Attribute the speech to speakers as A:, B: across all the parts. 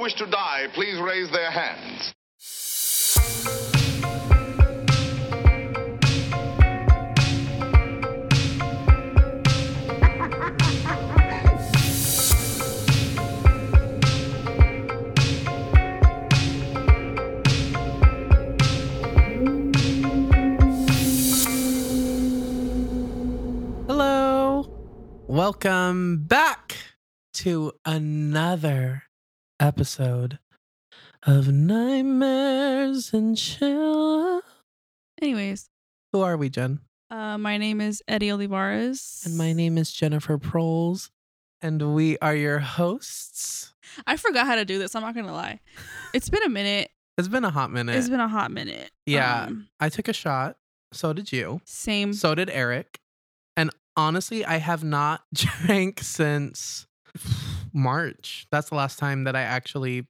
A: wish to die, please raise their hands.
B: Hello. Welcome back to another episode of Nightmares and Chill.
C: Anyways,
B: Who are we, Jen?
C: uh, my name is Eddie Olivares.
B: And my name is Jennifer Proles, and we are your hosts.
C: I forgot how to do this. I'm not going to lie. It's been a minute.
B: It's been a hot minute.
C: It's been a hot minute.
B: Yeah.
C: Um,
B: I took a shot. So did you.
C: same.
B: So did Eric. And honestly, I have not drank since March. That's the last time that I actually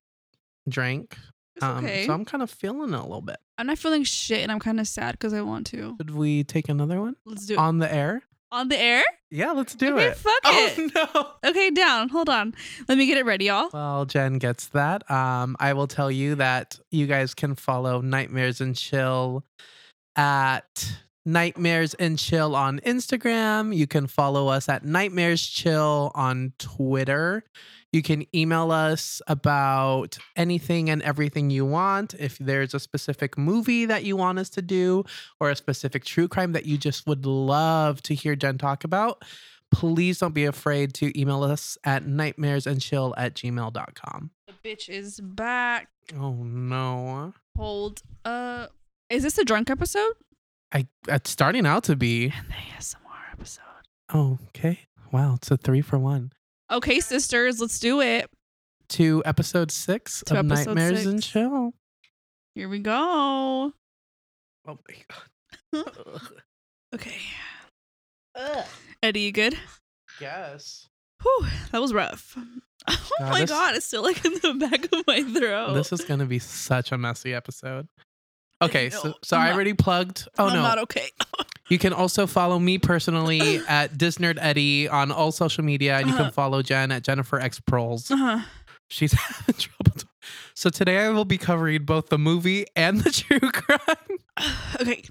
B: drank.
C: It's okay.
B: um, So I'm kind of feeling it a little bit.
C: I'm not feeling shit and I'm kind of sad because I want to.
B: Should we take another one
C: Let's do it. On,
B: on the air?
C: the air?
B: Yeah, let's do
C: okay,
B: it.
C: fuck
B: Oh
C: it.
B: no.
C: Okay, down. Hold on. Let me get it ready, y'all.
B: Well, Jen gets that. Um, I will tell you that you guys can follow Nightmares and Chill at Nightmares and Chill on Instagram. You can follow us at Nightmares Chill on Twitter. You can email us about anything and everything you want. If there's a specific movie that you want us to do or a specific true crime that you just would love to hear Jen talk about, please don't be afraid to email us at nightmaresandchill at gmail.com.
C: The bitch is back.
B: Oh no.
C: Hold. Uh, is this a drunk episode?
B: I it's starting out to be
C: And the ASMR episode.
B: oh, okay. Wow, it's a three for one.
C: Okay, sisters, let's do it.
B: To episode six
C: To
B: of
C: episode
B: Nightmares and
C: six.
B: Chill.
C: Here we go.
B: Oh my god. Ugh.
C: Okay. Eddie, you good?
B: yes.
C: Whew, that was rough. Oh
B: God,
C: my
B: this-
C: god, it's still like in the back of my throat.
B: This is gonna be such a messy episode.
C: Oh. I
B: Okay,
C: know.
B: so, so
C: I'm
B: I
C: not-
B: already plugged. Oh
C: I'm
B: no.
C: not okay.
B: You can also follow me personally at Disnerd Eddie on all social media, and you can
C: Uh-huh.
B: follow Jen at Jennifer X Proles.
C: Uh-huh.
B: She's having trouble. t- So today I will be covering both the movie and the true crime.
C: okay.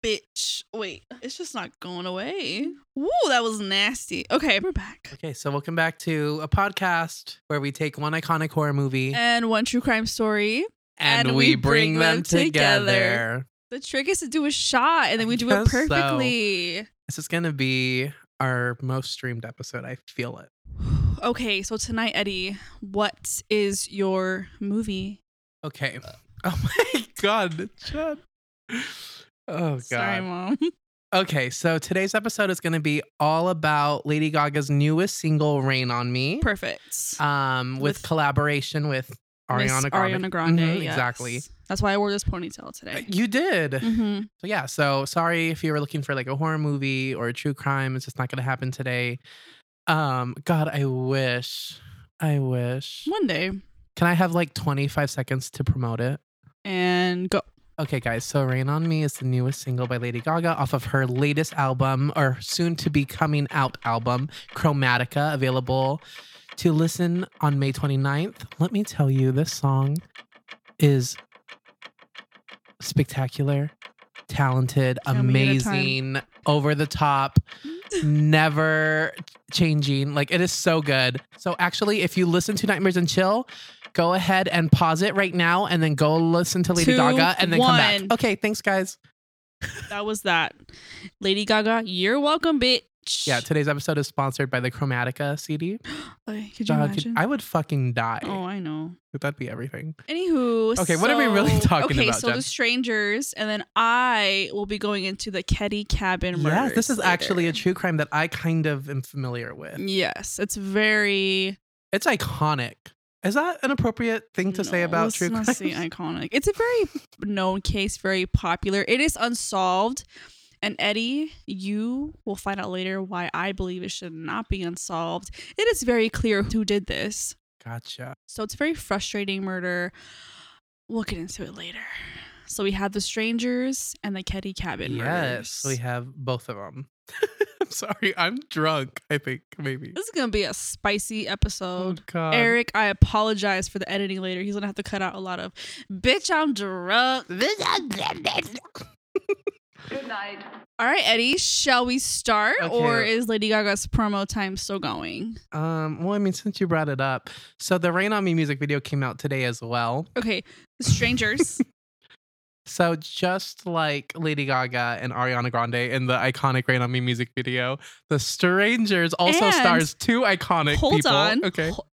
C: Bitch. Wait, it's just not going away. Woo, that was nasty. Okay, we're back.
B: Okay, so welcome back to a podcast where we take one iconic horror movie
C: And one true crime story.
B: and,
C: and
B: we,
C: we
B: bring,
C: bring
B: them
C: them
B: together.
C: together. The trick is to do a shot and then
B: I
C: we do it
B: guess so.
C: perfectly.
B: This is going to be our most streamed episode. I feel it.
C: Okay, so tonight, Eddie, what is your movie?
B: Okay. Oh my god, Jen. Oh god.
C: Sorry, mom.
B: Okay, so today's episode is going to be all about Lady Gaga's newest single, "Rain on Me."
C: Perfect.
B: um, with,
C: With-
B: collaboration with
C: Miss
B: Ariana Grande.
C: Ariana Grande.
B: Mhm,
C: yes.
B: Exactly.
C: That's why I wore this ponytail
B: Uh,
C: today.
B: You did.
C: hmm
B: So yeah. So sorry if you were looking for like a horror movie or a true crime. It's just not going to happen today. Um, God, I wish. I wish.
C: One day
B: Can I have like 25 seconds to promote it?
C: and go.
B: Okay, guys. So "Rain on Me" is the newest single by Lady Gaga off of her latest album, or soon to be coming out album, Chromatica, available to listen on May 29th. Let me tell you, this song is spectacular, talented,
C: Tell me at a time.
B: amazing, over the top, never changing. Like it is so good. So actually, if you listen to Nightmares and Chill, go ahead and pause it right now and then go listen to Lady
C: Two,
B: Gaga and then come back.
C: one.
B: Okay, thanks guys.
C: That was that. Lady Gaga, you're welcome, bitch.
B: Yeah, today's episode is sponsored by the Chromatica CD.
C: Okay, could you
B: Dog,
C: imagine?
B: Uh, I would fucking die.
C: oh, I know.
B: That'd be everything.
C: Anywho.
B: Okay, what are we
C: so-
B: really talking
C: okay,
B: about,
C: So
B: Jen?
C: the strangers, and then I will be going into the Ketty Cabin murder.
B: Yes, this is actually a true crime that I kind of am familiar with.
C: Yes, it's very.
B: It's iconic. Is that an appropriate thing to say
C: No,
B: about
C: let's
B: true crime?
C: not say iconic. It's a very known case, very popular. It is unsolved. And Eddie, you will find out later why I believe it should not be unsolved. It is very clear who did this.
B: Gotcha.
C: So it's a very frustrating murder. We'll get into it later. So we have the strangers and the Ketty Cabin
B: Yes,
C: murders.
B: we have both of them. I'm sorry. I'm drunk, I think, maybe.
C: This is gonna be a spicy
B: Oh,
C: episode.
B: God.
C: Eric, I apologize for the editing later. He's gonna have to cut out a lot of bitch, I'm drunk.
D: Good night.
C: All right, Eddie, shall we start? Or
B: Okay.
C: is Lady Gaga's promo time still going?
B: Um, well, I mean, since you brought it up, so the Rain on Me music video came out today as well.
C: Okay, strangers.
B: So just like Lady Gaga and Ariana Grande in the iconic Rain on Me music video, The Strangers also
C: And-
B: stars two iconic
C: hold
B: people.
C: on.
B: Okay.
C: Ho-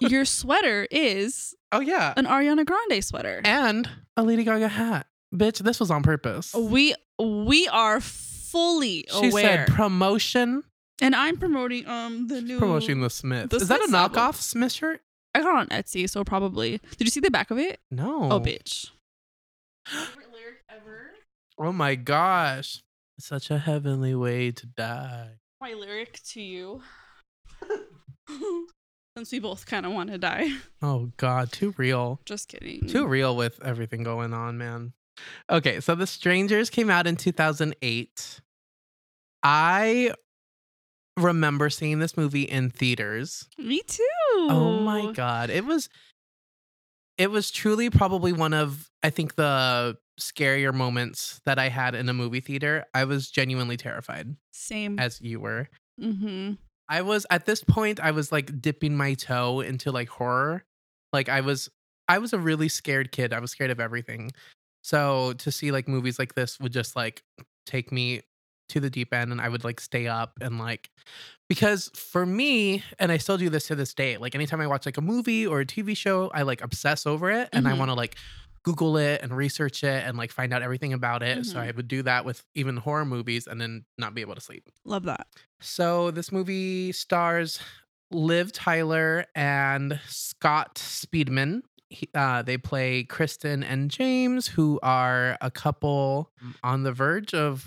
C: Your sweater is
B: Oh yeah.
C: an Ariana Grande sweater.
B: And a Lady Gaga hat. Bitch, this was on purpose.
C: We we are fully
B: she said
C: aware.
B: promotion.
C: and I'm promoting um the new
B: Promoting the Smith.
C: The
B: Is that a
C: Smiths album.
B: knockoff Smith shirt?
C: I got it on Etsy, so probably. Did you see the back of it?
B: No.
C: Oh, bitch. Favorite lyric ever.
B: Oh my gosh. Such a heavenly way to die.
C: My lyric to you. Since we both kind of want to die.
B: Oh god, too real.
C: Just kidding.
B: Too real with everything going on, man. Okay, so The Strangers came out in 2008. I remember seeing this movie in theaters.
C: Me too.
B: Oh my god, it was it was truly probably one of I think the scarier moments that I had in a movie theater. I was genuinely terrified
C: Same.
B: as you were.
C: mm-hmm.
B: I was at this point I was like dipping my toe into like horror. Like I was I was a really scared kid. I was scared of everything. So to see like movies like this would just like take me to the deep end and I would like stay up and like because for me and I still do this to this day. Like anytime I watch like a movie or a TV show, I like obsess over it and I
C: Mhm.
B: want to like Google it and research it and like find out everything about it. So
C: Mhm.
B: I would do that with even horror movies and then not be able to sleep.
C: Love that.
B: So this movie stars Liv Tyler and Scott Speedman. He- uh, they play Kristen and James, who are a couple
C: Mm.
B: on the verge of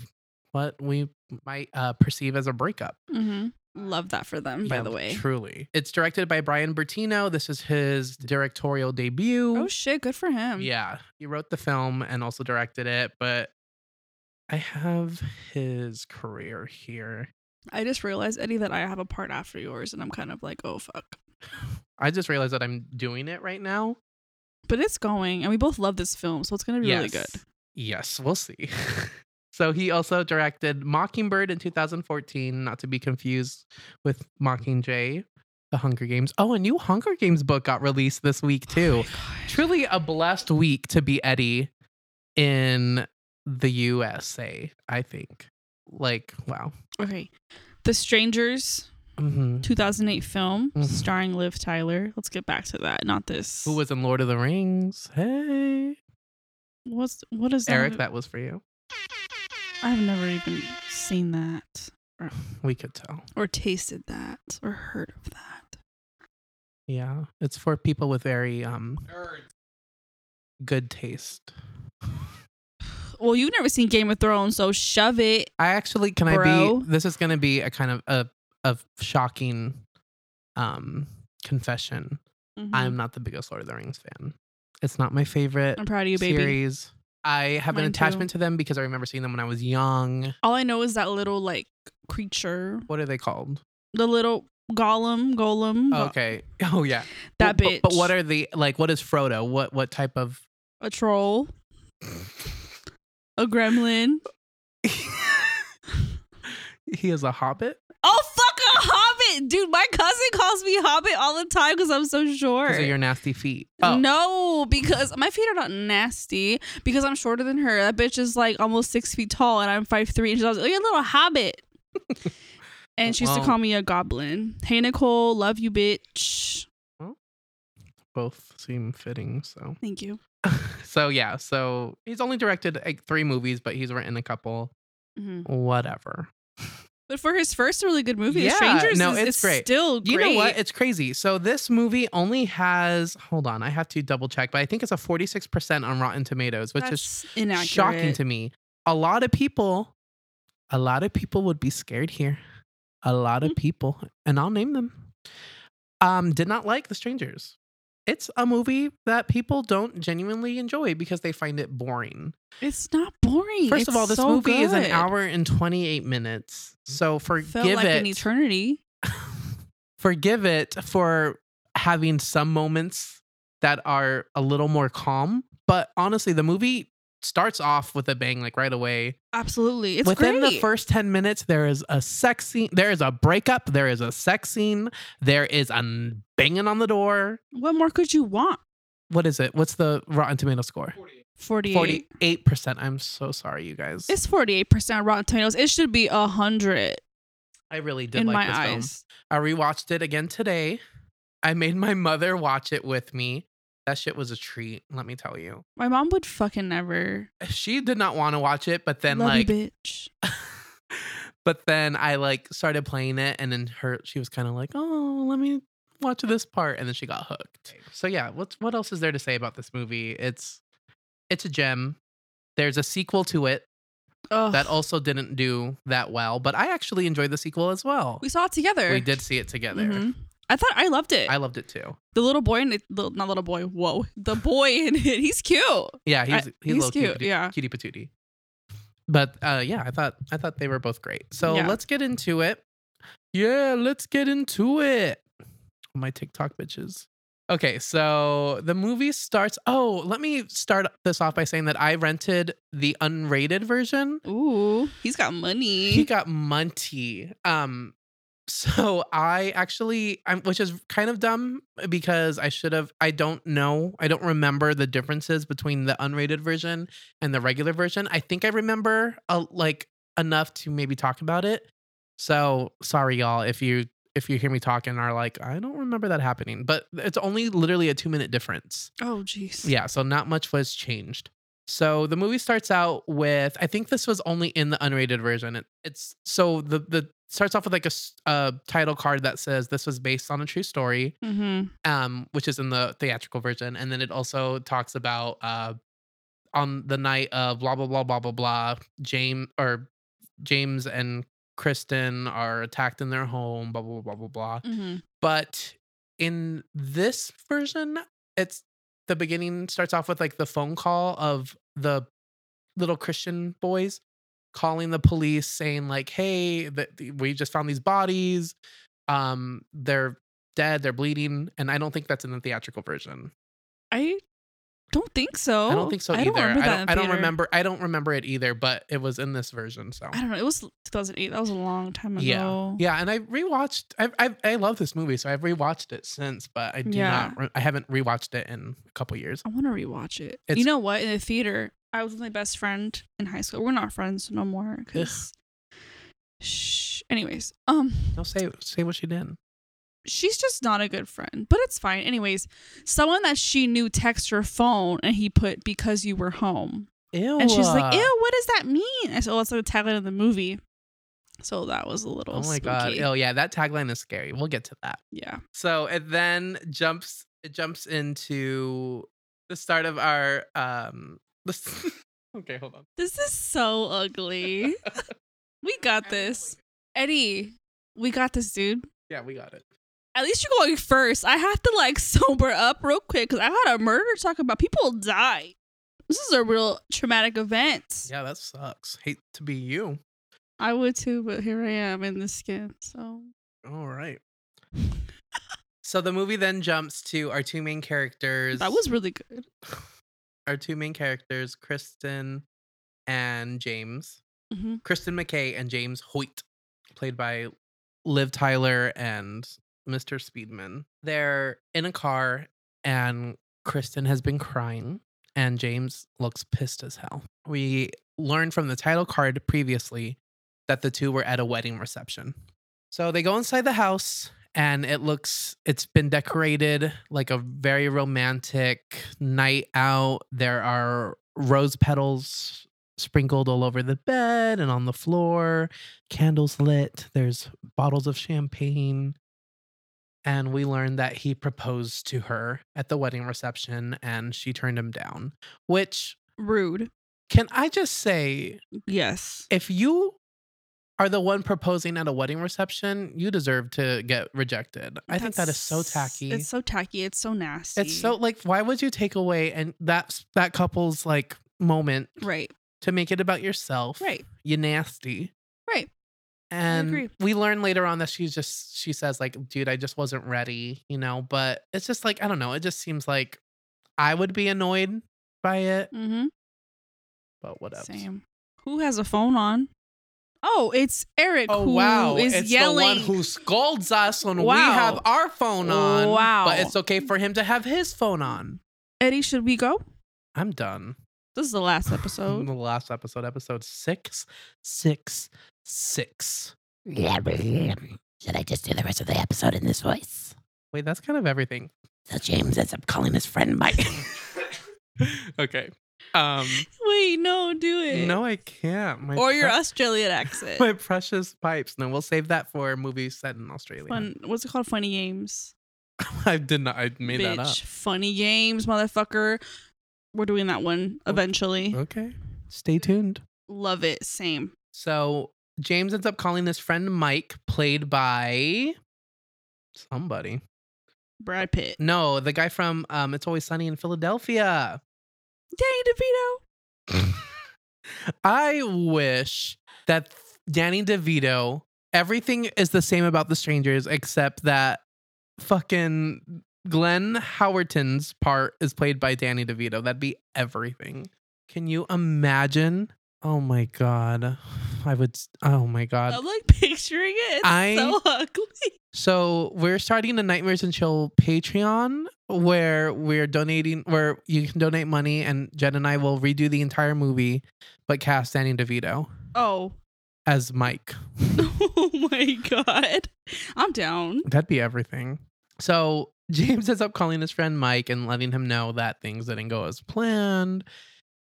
B: what we might uh, perceive as a breakup.
C: Mm-hmm. Love that for them, by
B: Yeah,
C: the way.
B: truly, it's directed by Brian Bertino. This is his directorial debut.
C: Oh shit, good for him.
B: Yeah, he wrote the film and also directed it, but. I have his career here.
C: I just realized, Eddie, that I have a part after yours, and I'm kind of like, oh fuck.
B: I just realized that I'm doing it right now.
C: But it's going, and we both love this film, so it's gonna be really good.
B: Yes. Yes, we'll see. so he also directed Mockingbird in 2014, not to be confused with Mockingjay, The Hunger Games. Oh, a new Hunger Games book got released this week too. Truly a blessed week to be Eddie in the USA, I think. Like, wow.
C: Okay, The Strangers,
B: Mhm.
C: 2008 film
B: Mhm.
C: starring Liv Tyler. Let's get back to that. Not this.
B: Who was in Lord of the Rings? Hey,
C: What's what is that?
B: Eric, that was for you.
C: I've never even seen that,
B: We could tell.
C: or tasted that, or heard of that.
B: Yeah, it's for people with very um good taste.
C: Well, you've never seen Game of Thrones, so shove it.
B: I actually can
C: Bro.
B: I be this is going to be a kind of a of shocking um confession. I'm not the biggest Lord of the Rings fan. It's not my favorite
C: Mm-hmm. I'm proud of you, baby.
B: series. I have
C: Mine
B: an
C: too.
B: attachment to them because I remember seeing them when I was young.
C: All I know is that little like creature,
B: What are they called?
C: the little golem, golem, go-
B: okay. Oh yeah.
C: that
B: But-
C: bitch,
B: But, but what are the like what is Frodo? What what type of
C: a troll, a gremlin.
B: He is a hobbit?
C: Oh fuck, a hobbit, dude. My cousin calls me hobbit all the time because I'm so short.
B: Those are your nasty feet. Oh.
C: No, because my feet are not nasty. Because I'm shorter than her. That bitch is like almost six feet tall, and I'm five three. And she's always like, "Oh, you're a little hobbit." and she used to
B: Wow.
C: call me a goblin. Hey Nicole, love you, bitch.
B: Both seem fitting, so.
C: Thank you.
B: so yeah, so he's only directed like three movies, but he's written a couple.
C: Mm-hmm.
B: Whatever.
C: But for his first really good movie, The
B: Yeah,
C: Strangers,
B: no,
C: is,
B: it's
C: it's
B: great.
C: still great.
B: You know what? It's crazy. So this movie only has hold on, I have to double check, but I think it's a forty six percent on Rotten Tomatoes, which
C: That's
B: is
C: inaccurate.
B: shocking to me. A lot of people, a lot of people would be scared here.
C: Mm-hmm.
B: A lot of people, and I'll name them. Um, did not like The Strangers. it's a movie that people don't genuinely enjoy because they find it boring.
C: It's not boring.
B: First of
C: It's
B: all, this
C: so
B: movie is an
C: good.
B: hour and 28 minutes. So
C: Felt
B: forgive
C: like
B: it.
C: an eternity.
B: forgive it for having some moments that are a little more calm. But honestly, the movie starts off with a bang, like right away.
C: Absolutely, it's
B: Within
C: great.
B: the first 10 minutes, there is a sex scene, there is a breakup, there is a sex scene, there is a n- banging on the door.
C: what more could you want?
B: What is it? What's the Rotten Tomato score?
C: Forty-eight.
B: 48%. I'm so sorry, you guys.
C: It's forty-eight percent Rotten Tomatoes. It should be a hundred
B: I really did
C: in
B: like
C: my
B: this film.
C: eyes.
B: I rewatched it again today. I made my mother watch it with me. That shit was a treat, let me tell you.
C: My mom would fucking never.
B: She did not want to watch it, but then
C: Love
B: like
C: you, bitch.
B: but then I like started playing it and then her she was kind of like, "Oh, let me watch this part." And then she got hooked. So yeah, what's what else is there to say about this movie? It's it's a gem. There's a sequel to it
C: Ugh.
B: that also didn't do that well, but I actually enjoyed the sequel as well.
C: we saw it together.
B: We did see it together.
C: Mhm. I thought I loved it.
B: I loved it too.
C: the little boy in it, little, not little boy. Whoa, the boy in it. He's cute.
B: Yeah, he's
C: I-
B: he's,
C: he's
B: little
C: cute,
B: cutie,
C: yeah.
B: cutie patootie. But uh, yeah, I thought I thought they were both great. So
C: Yeah.
B: let's get into it. Yeah, let's get into it. My TikTok bitches. Okay, so the movie starts. Oh, let me start this off by saying that I rented the unrated version.
C: Ooh, he's got money.
B: He got Munty. Um, so I actually, I'm, which is kind of dumb uh, because I should have. I don't know. I don't remember the differences between the unrated version and the regular version. I think I remember uh, like enough to maybe talk about it. So sorry, y'all, if you if you hear me talking and are like, I don't remember that happening. But it's only literally a two minute difference.
C: oh, jeez.
B: Yeah, so not much was changed. So the movie starts out with I think this was only in the unrated version. It, it's so the the starts off with like a s- a title card that says this was based on a true story,
C: Mm-hmm.
B: um, which is in the theatrical version, and then it also talks about uh, on the night of blah blah blah blah blah blah, James or James and Kristen are attacked in their home, blah blah blah blah blah
C: Mm-hmm.
B: but in this version it's the beginning starts off with like the phone call of the little christian boys calling the police saying like hey that we just found these bodies um they're dead they're bleeding and i don't think that's in the theatrical version
C: I don't think so.
B: i don't think so
C: Oh, I
B: either
C: Don't remember
B: i
C: that
B: don't
C: in
B: i don't
C: theater.
B: remember i don't remember it either but it was in this version so
C: I don't know. It was 2008. That was a long time ago.
B: Yeah, yeah, and I rewatched. I I, I love this movie, so I've rewatched it since, but I do
C: Yeah.
B: not. Re- I haven't rewatched it in a couple years.
C: I want to rewatch it.
B: It's-
C: you know what? In the theater, I was with my best friend in high school. We're not friends no more because. Shh. Anyways, um,
B: No, say say what she did.
C: she's just not a good friend, but it's fine. Anyways, someone that she knew texted her phone and he put because you were home.
B: Ew.
C: And she's like, Ew, what does that mean? I said, Oh, that's the tagline of the movie. So that was a little
B: Oh my
C: spooky.
B: god. Oh yeah, that tagline is scary. We'll get to that.
C: Yeah.
B: So it then jumps. It jumps into the start of our um. This, okay, hold on.
C: This is so ugly. we got this. Eddie, we got this, dude.
B: Yeah, we got it.
C: At least you're going first. I have to like sober up real quick because I had a murder to talk about. People die. This is a real traumatic event.
B: Yeah, that sucks. Hate to be you.
C: I would too, but here I am in the skin. So
B: All right. so the movie then jumps to our two main characters.
C: that was really good.
B: our two main characters, Kristen and James.
C: Mhm.
B: Kristen McKay and James Hoyt, played by Liv Tyler and Mr. Speedman. They're in a car and Kristen has been crying and James looks pissed as hell. We learned from the title card previously that the two were at a wedding reception. So they go inside the house and it looks it's been decorated like a very romantic night out. There are rose petals sprinkled all over the bed and on the floor, candles lit, there's bottles of champagne. And we learned that he proposed to her at the wedding reception and she turned him down. Which,
C: Rude.
B: can I just say,
C: Yes.
B: if you are the one proposing at a wedding reception, you deserve to get rejected. I think that is so
C: That's-
B: tacky.
C: It's so tacky. It's so nasty.
B: It's so like, why would you take away and that's that couple's like moment
C: right,
B: to make it about yourself?
C: right,
B: You nasty.
C: right. agree.
B: And we learn later on that she's just she says like, dude, I just wasn't ready, you know. But it's just like I don't know. It just seems like I would be annoyed by it,
C: Mm-hmm.
B: but whatever.
C: Same. Who has a phone on? Oh, it's Eric
B: Oh
C: who
B: wow!
C: is
B: it's
C: yelling.
B: the one who scolds us when we
C: Wow.
B: have our phone on.
C: Wow.
B: But it's okay for him to have his phone on.
C: Eddie, should we go?
B: I'm done.
C: This is the last episode.
B: the last episode, episode six, six, six.
D: Should I just do the rest of the episode in this voice?
B: Wait, that's kind of everything.
D: So James ends up calling his friend Mike.
B: okay. Um.
C: Wait, no, do it.
B: No, I can't. My
C: Eh. or your
B: pre-
C: Australian accent.
B: my precious pipes. No, we'll save that for movies set in Australia.
C: Fun. What's it called? Funny games.
B: I did not. I made
C: Bitch.
B: that up.
C: Funny games, motherfucker. We're doing that one
B: Oh.
C: eventually.
B: Okay. Stay tuned.
C: Love it. Same.
B: So James ends up calling his friend Mike, played by somebody.
C: Brad Pitt.
B: No, the guy from um, It's Always Sunny in Philadelphia.
C: Danny DeVito.
B: I wish that Danny DeVito, everything is the same about The Strangers, except that fucking Glenn Howerton's part is played by Danny DeVito. That'd be everything. Can you imagine? Oh my God. I would. Oh my God.
C: I'm like picturing it. It's
B: I-
C: so ugly.
B: So we're starting the Nightmares and Chill Patreon where we're donating where you can donate money and Jed and I will redo the entire movie but cast Danny DeVito
C: Oh.
B: as Mike.
C: oh my god. I'm down.
B: That'd be everything. So James ends up calling his friend Mike and letting him know that things didn't go as planned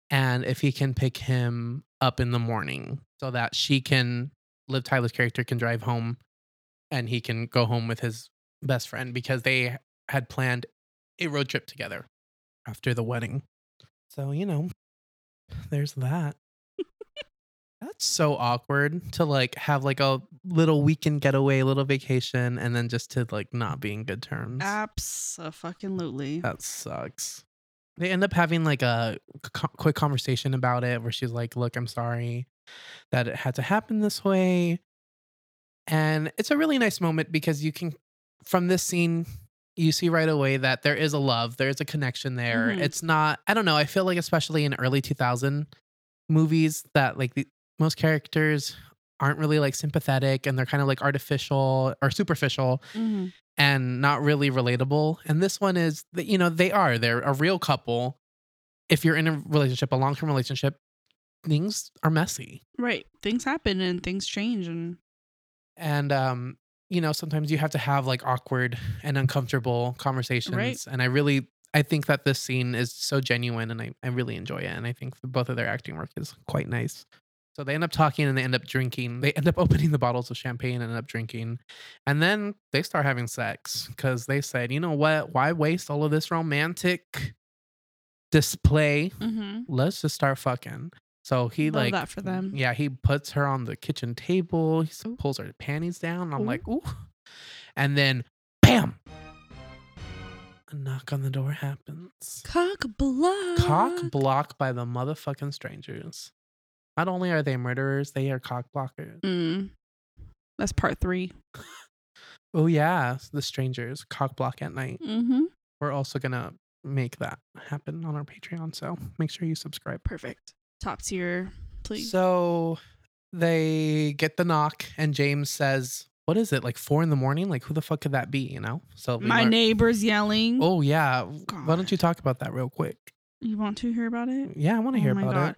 B: and if he can pick him up in the morning so that she can Liv Tyler's character can drive home and he can go home with his best friend because they had planned a road trip together after the wedding. So, you know, there's that. That's so awkward to like have like a little weekend getaway, little vacation, and then just to like not be in good terms.
C: Absolutely.
B: That sucks. They end up having like a co- quick conversation about it where she's like, Look, I'm sorry that it had to happen this way. And it's a really nice moment because you can, from this scene, you see right away that there is a love, there is a connection there.
C: Mhm.
B: It's not, I don't know, I feel like, especially in early 2000 movies, that like the, most characters aren't really like sympathetic and they're kind of like artificial or superficial
C: Mhm.
B: Mm-hmm. and not really relatable. And this one is that you know they are they're a real couple. If you're in a relationship, a long term relationship, things are messy,
C: Right. Things happen and things change and
B: and um, you know sometimes you have to have like awkward and uncomfortable conversations. And I really I think that this scene is so genuine, and I I really enjoy it, and I think both of their acting work is quite nice. So they end up talking and they end up drinking. They end up opening the bottles of champagne and end up drinking. And then they start having sex because they said, you know what? Why waste all of this romantic display?
C: Mhm.
B: Let's just start fucking. So he
C: Love
B: like
C: that for them. Oh.
B: Yeah, he puts her on the kitchen table. He s-
C: Ooh.
B: pulls her panties down. and I'm
C: Ooh.
B: like, ooh. And then, bam! A knock on the door happens.
C: cock block.
B: Cock block by the motherfucking strangers. Not only are they murderers, they are cock blockers.
C: Mm. That's part 3.
B: Oh yeah, the strangers cock block at night.
C: Mhm.
B: We're also gonna make that happen on our Patreon, so make sure you subscribe.
C: Perfect. Top tier, please.
B: So they get the knock, and James says, "What is it? Like four in the morning? Like who the fuck could that be? You know?" So we
C: My
B: learn-
C: neighbor's yelling.
B: Oh yeah. Why don't
C: God. Oh
B: you talk about that real quick?
C: You want to hear about it?
B: Yeah, I want to hear about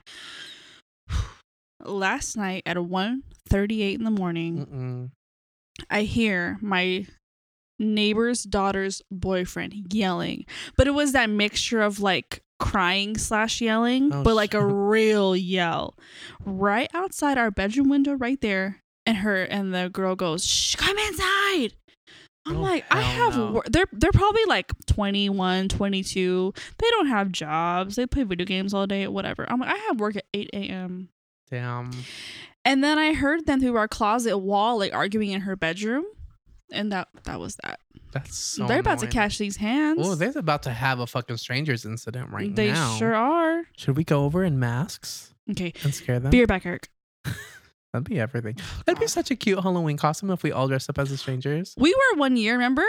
C: God. Last night at 1:38 in the
B: it.
C: morning,
B: Mm-mm.
C: I hear my neighbor's daughter's boyfriend yelling, but it was that mixture of like crying slash yelling,
B: Oh,
C: but like a
B: shit.
C: real yell right outside our bedroom window, right there. And her and the girl goes, Shh, "Come inside." I'm
B: Oh,
C: like, I
B: hell
C: have.
B: no.
C: wor- they're they're probably like 21, 22. They don't have jobs. They play video games all day, whatever. I'm like, I have work at 8 a.m.
B: Damn.
C: And then I heard them through our closet wall, like arguing in her bedroom. And that that was that.
B: That's so.
C: They're about to
B: annoying.
C: catch these hands.
B: Oh, they're about to have a fucking strangers incident right
C: they
B: now.
C: sure are.
B: Should we go over in masks
C: Okay.
B: and scare them?
C: Be right back, Eric.
B: That'd be everything. That'd be
C: Oh God.
B: such a cute Halloween costume if we all dressed up as the strangers.
C: We were one year, remember?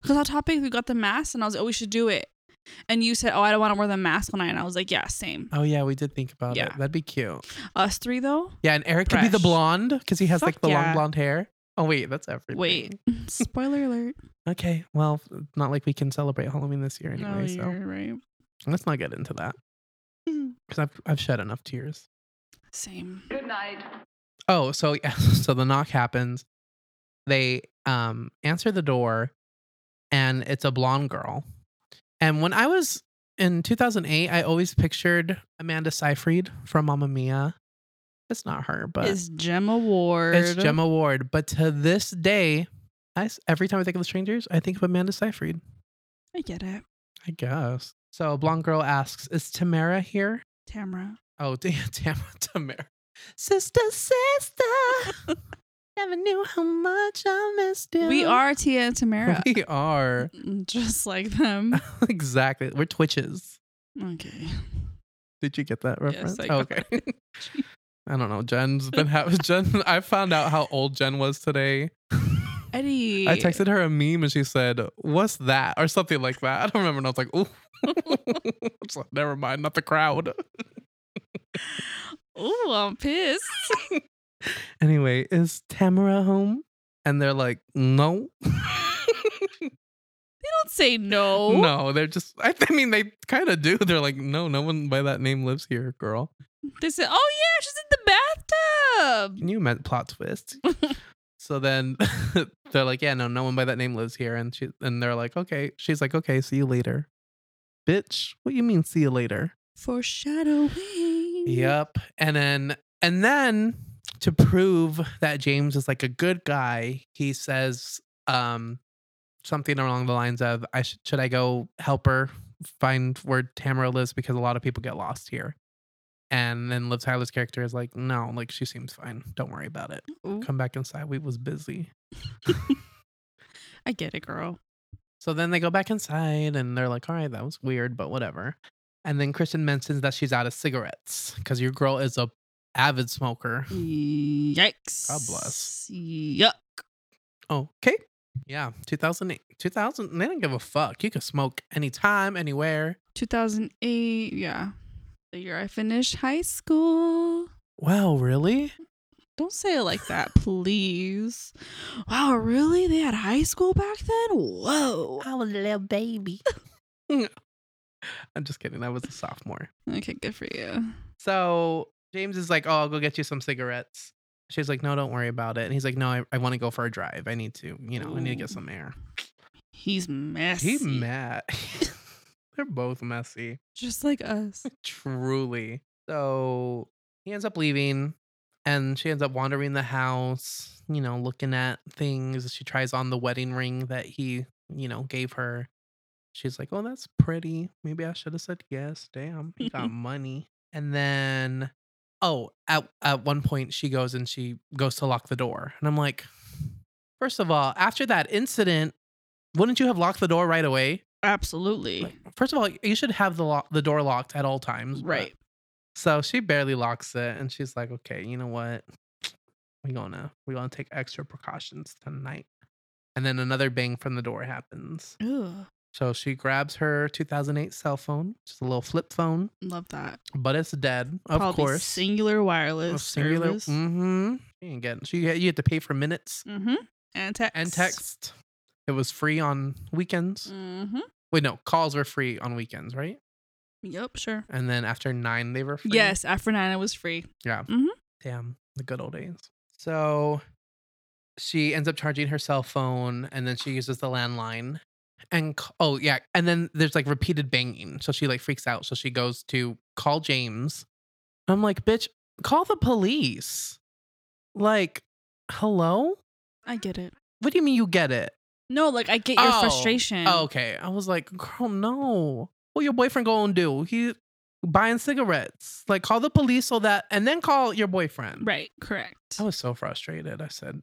C: Because on topic, we got the mask, and I was like, oh, we should do it. And you said, oh, I don't want to wear the mask one night. And I was like, yeah, same.
B: Oh yeah, we did think about
C: Yeah.
B: it. That'd be cute.
C: Us three, though?
B: Yeah, and Eric could be the
C: Fresh.
B: blonde because he has
C: Fuck
B: like the long
C: yeah.
B: blonde hair. Oh wait, that's everything.
C: Wait. Spoiler alert.
B: Okay. Well, not like we can celebrate Halloween this year
C: No,
B: anyway. so
C: Oh, you're right.
B: let's not get into that
C: Hmm.
B: because I've I've shed enough tears.
C: Same.
B: Oh, so yeah, so the knock happens. They um answer the door and it's a blonde girl. And when I was in 2008, I always pictured Amanda Seyfried from Mamma Mia. It's not her, but it's,
C: It's Gemma Ward.
B: Gemma Ward. But to this day, I s every time I think of the strangers, I think of Amanda Seyfried,
C: I get it.
B: I guess. So a blonde girl asks, Is Tamara here?
C: Tamara.
B: Oh, damn, damn, Tamara. Sister, sister. Never knew how much I missed you.
C: We are Tia and Tamara.
B: We are.
C: Just like them.
B: exactly. We're Twitches.
C: Okay.
B: Did you get that reference?
C: I
B: Oh,
C: got
B: okay. I don't know. Jen's been having Jen. I found out how old Jen was today.
C: Eddie.
B: I texted her a meme and she said, "What's that?" or something like that. I don't remember. And I was like, "Ooh, It's like, never mind, not the crowd."
C: Oh, I'm pissed.
B: Anyway, is Tamara home? And they're like, "No."
C: Don't say no.
B: No, they're just. I, I mean, they kind of do. They're like, no, no one by that name lives here, girl.
C: They said, oh, yeah, she's in the bathtub.
B: Can you meant plot twist? so then they're like, yeah, no, no one by that name lives here, and she and they're like, okay. She's like, okay, see you later, bitch. What you mean, see you later?
C: Foreshadowing.
B: Yep. And then and then to prove that James is like a good guy, he says um something along the lines of I should should I go help her find where Tamara lives because a lot of people get lost here. And then Liv Tyler's character is like, "No, like she seems fine. Don't worry about it.
C: Ooh,
B: Come back inside. We was busy."
C: I get it, girl.
B: So then they go back inside and they're like, all right, that was weird, but whatever. And then Kristen mentions that she's out of cigarettes because your girl is a avid smoker.
C: Yikes.
B: God bless.
C: Yuck.
B: Okay. Yeah. 2008. 2000. They didn't give a fuck. You could smoke anytime, anywhere.
C: 2008. Yeah. The year I finished high school.
B: Wow, really?
C: Don't say it like that, please. Wow, really? They had high school back then? Whoa.
D: Oh, little baby.
B: I'm just kidding. I was a sophomore.
C: Okay, good for you.
B: So James is like, oh, I'll go get you some cigarettes. She's like, no, don't worry about it. And he's like, no, I, I want to go for a drive. I need to, you know, I need to get
C: Ooh.
B: some air.
C: He's messy.
B: He mad. They're both messy.
C: Just like us.
B: Truly. So he ends up leaving and she ends up wandering the house, you know, looking at things. She tries on the wedding ring that he, you know, gave her. She's like, oh, that's pretty. Maybe I should have said yes. Damn, he got money. And then, oh, at, at one point she goes and she goes to lock the door. And I'm like, first of all, after that incident, wouldn't you have locked the door right away?
C: Absolutely.
B: Like, First of all, you should have the lock the door locked at all times. but-
C: Right.
B: So she barely locks it, and she's like, "Okay, you know what? We gonna we gonna take extra precautions tonight." And then another bang from the door happens.
C: Ooh,
B: So she grabs her 2008 cell phone, just a little flip phone,
C: love that.
B: but it's dead, of
C: Probably
B: course.
C: Singular
B: A
C: wireless.
B: singular.
C: service.
B: Mm-hmm. She ain't getting. She you had to pay for minutes
C: Mm-hmm. And text.
B: and text. It was free on weekends.
C: Mm-hmm.
B: Wait, no, calls were free on weekends, right?
C: Yep, sure.
B: And then after nine, they were free.
C: Yes, after nine, it was free.
B: Damn, the good old days. So she ends up charging her cell phone and then she uses the landline. And c- oh, yeah. And then there's like repeated banging. So she like freaks out. So she goes to call James. I'm like, bitch, call the police. Like, hello?
C: I get it.
B: What do you mean you get it?
C: No, like I get your
B: Oh.
C: frustration.
B: Oh, okay. I was like, girl, no. What your boyfriend gonna do? He buying cigarettes. Like call the police so that, and then call your boyfriend.
C: Right. Correct.
B: I was so frustrated. I said,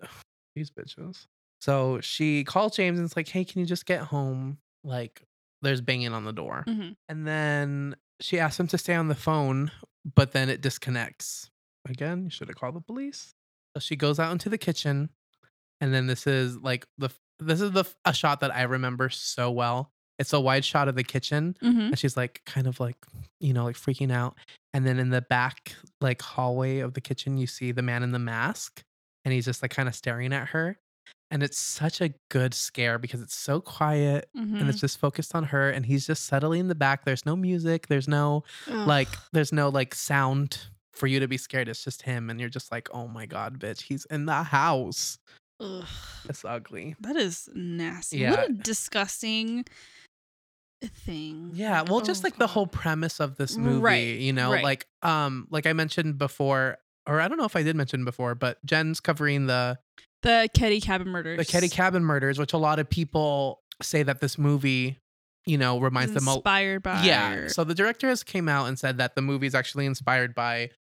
B: these bitches. So she called James and it's like, hey, can you just get home? Like, there's banging on the door.
C: Mhm.
B: And then she asked him to stay on the phone, but then it disconnects. Again, you should have called the police. So she goes out into the kitchen. And then this is like the f- this is the f- a shot that I remember so well. It's a wide shot of the kitchen
C: Mhm.
B: and she's like kind of like you know like freaking out and then in the back like hallway of the kitchen you see the man in the mask and he's just like kind of staring at her and it's such a good scare because it's so quiet
C: Mm-hmm.
B: and it's just focused on her and he's just subtly in the back there's no music there's no
C: Mhm.
B: like there's no like sound for you to be scared it's just him and you're just like oh my god bitch he's in the house
C: Ugh.
B: it's ugly
C: That is nasty. What a disgusting thing.
B: Yeah, well, just
C: Oh,
B: like the
C: God. Mm,
B: whole premise of this movie,
C: Right,
B: you know,
C: right.
B: like um, like I mentioned before, or I don't know if I did mention before, but Jen's covering the
C: the Ketty cabin murders.
B: the Ketty Cabin murders, which a lot of people say that this movie, you know, reminds them a
C: inspired by.
B: yeah. So the director has came out and said that the movie is actually inspired by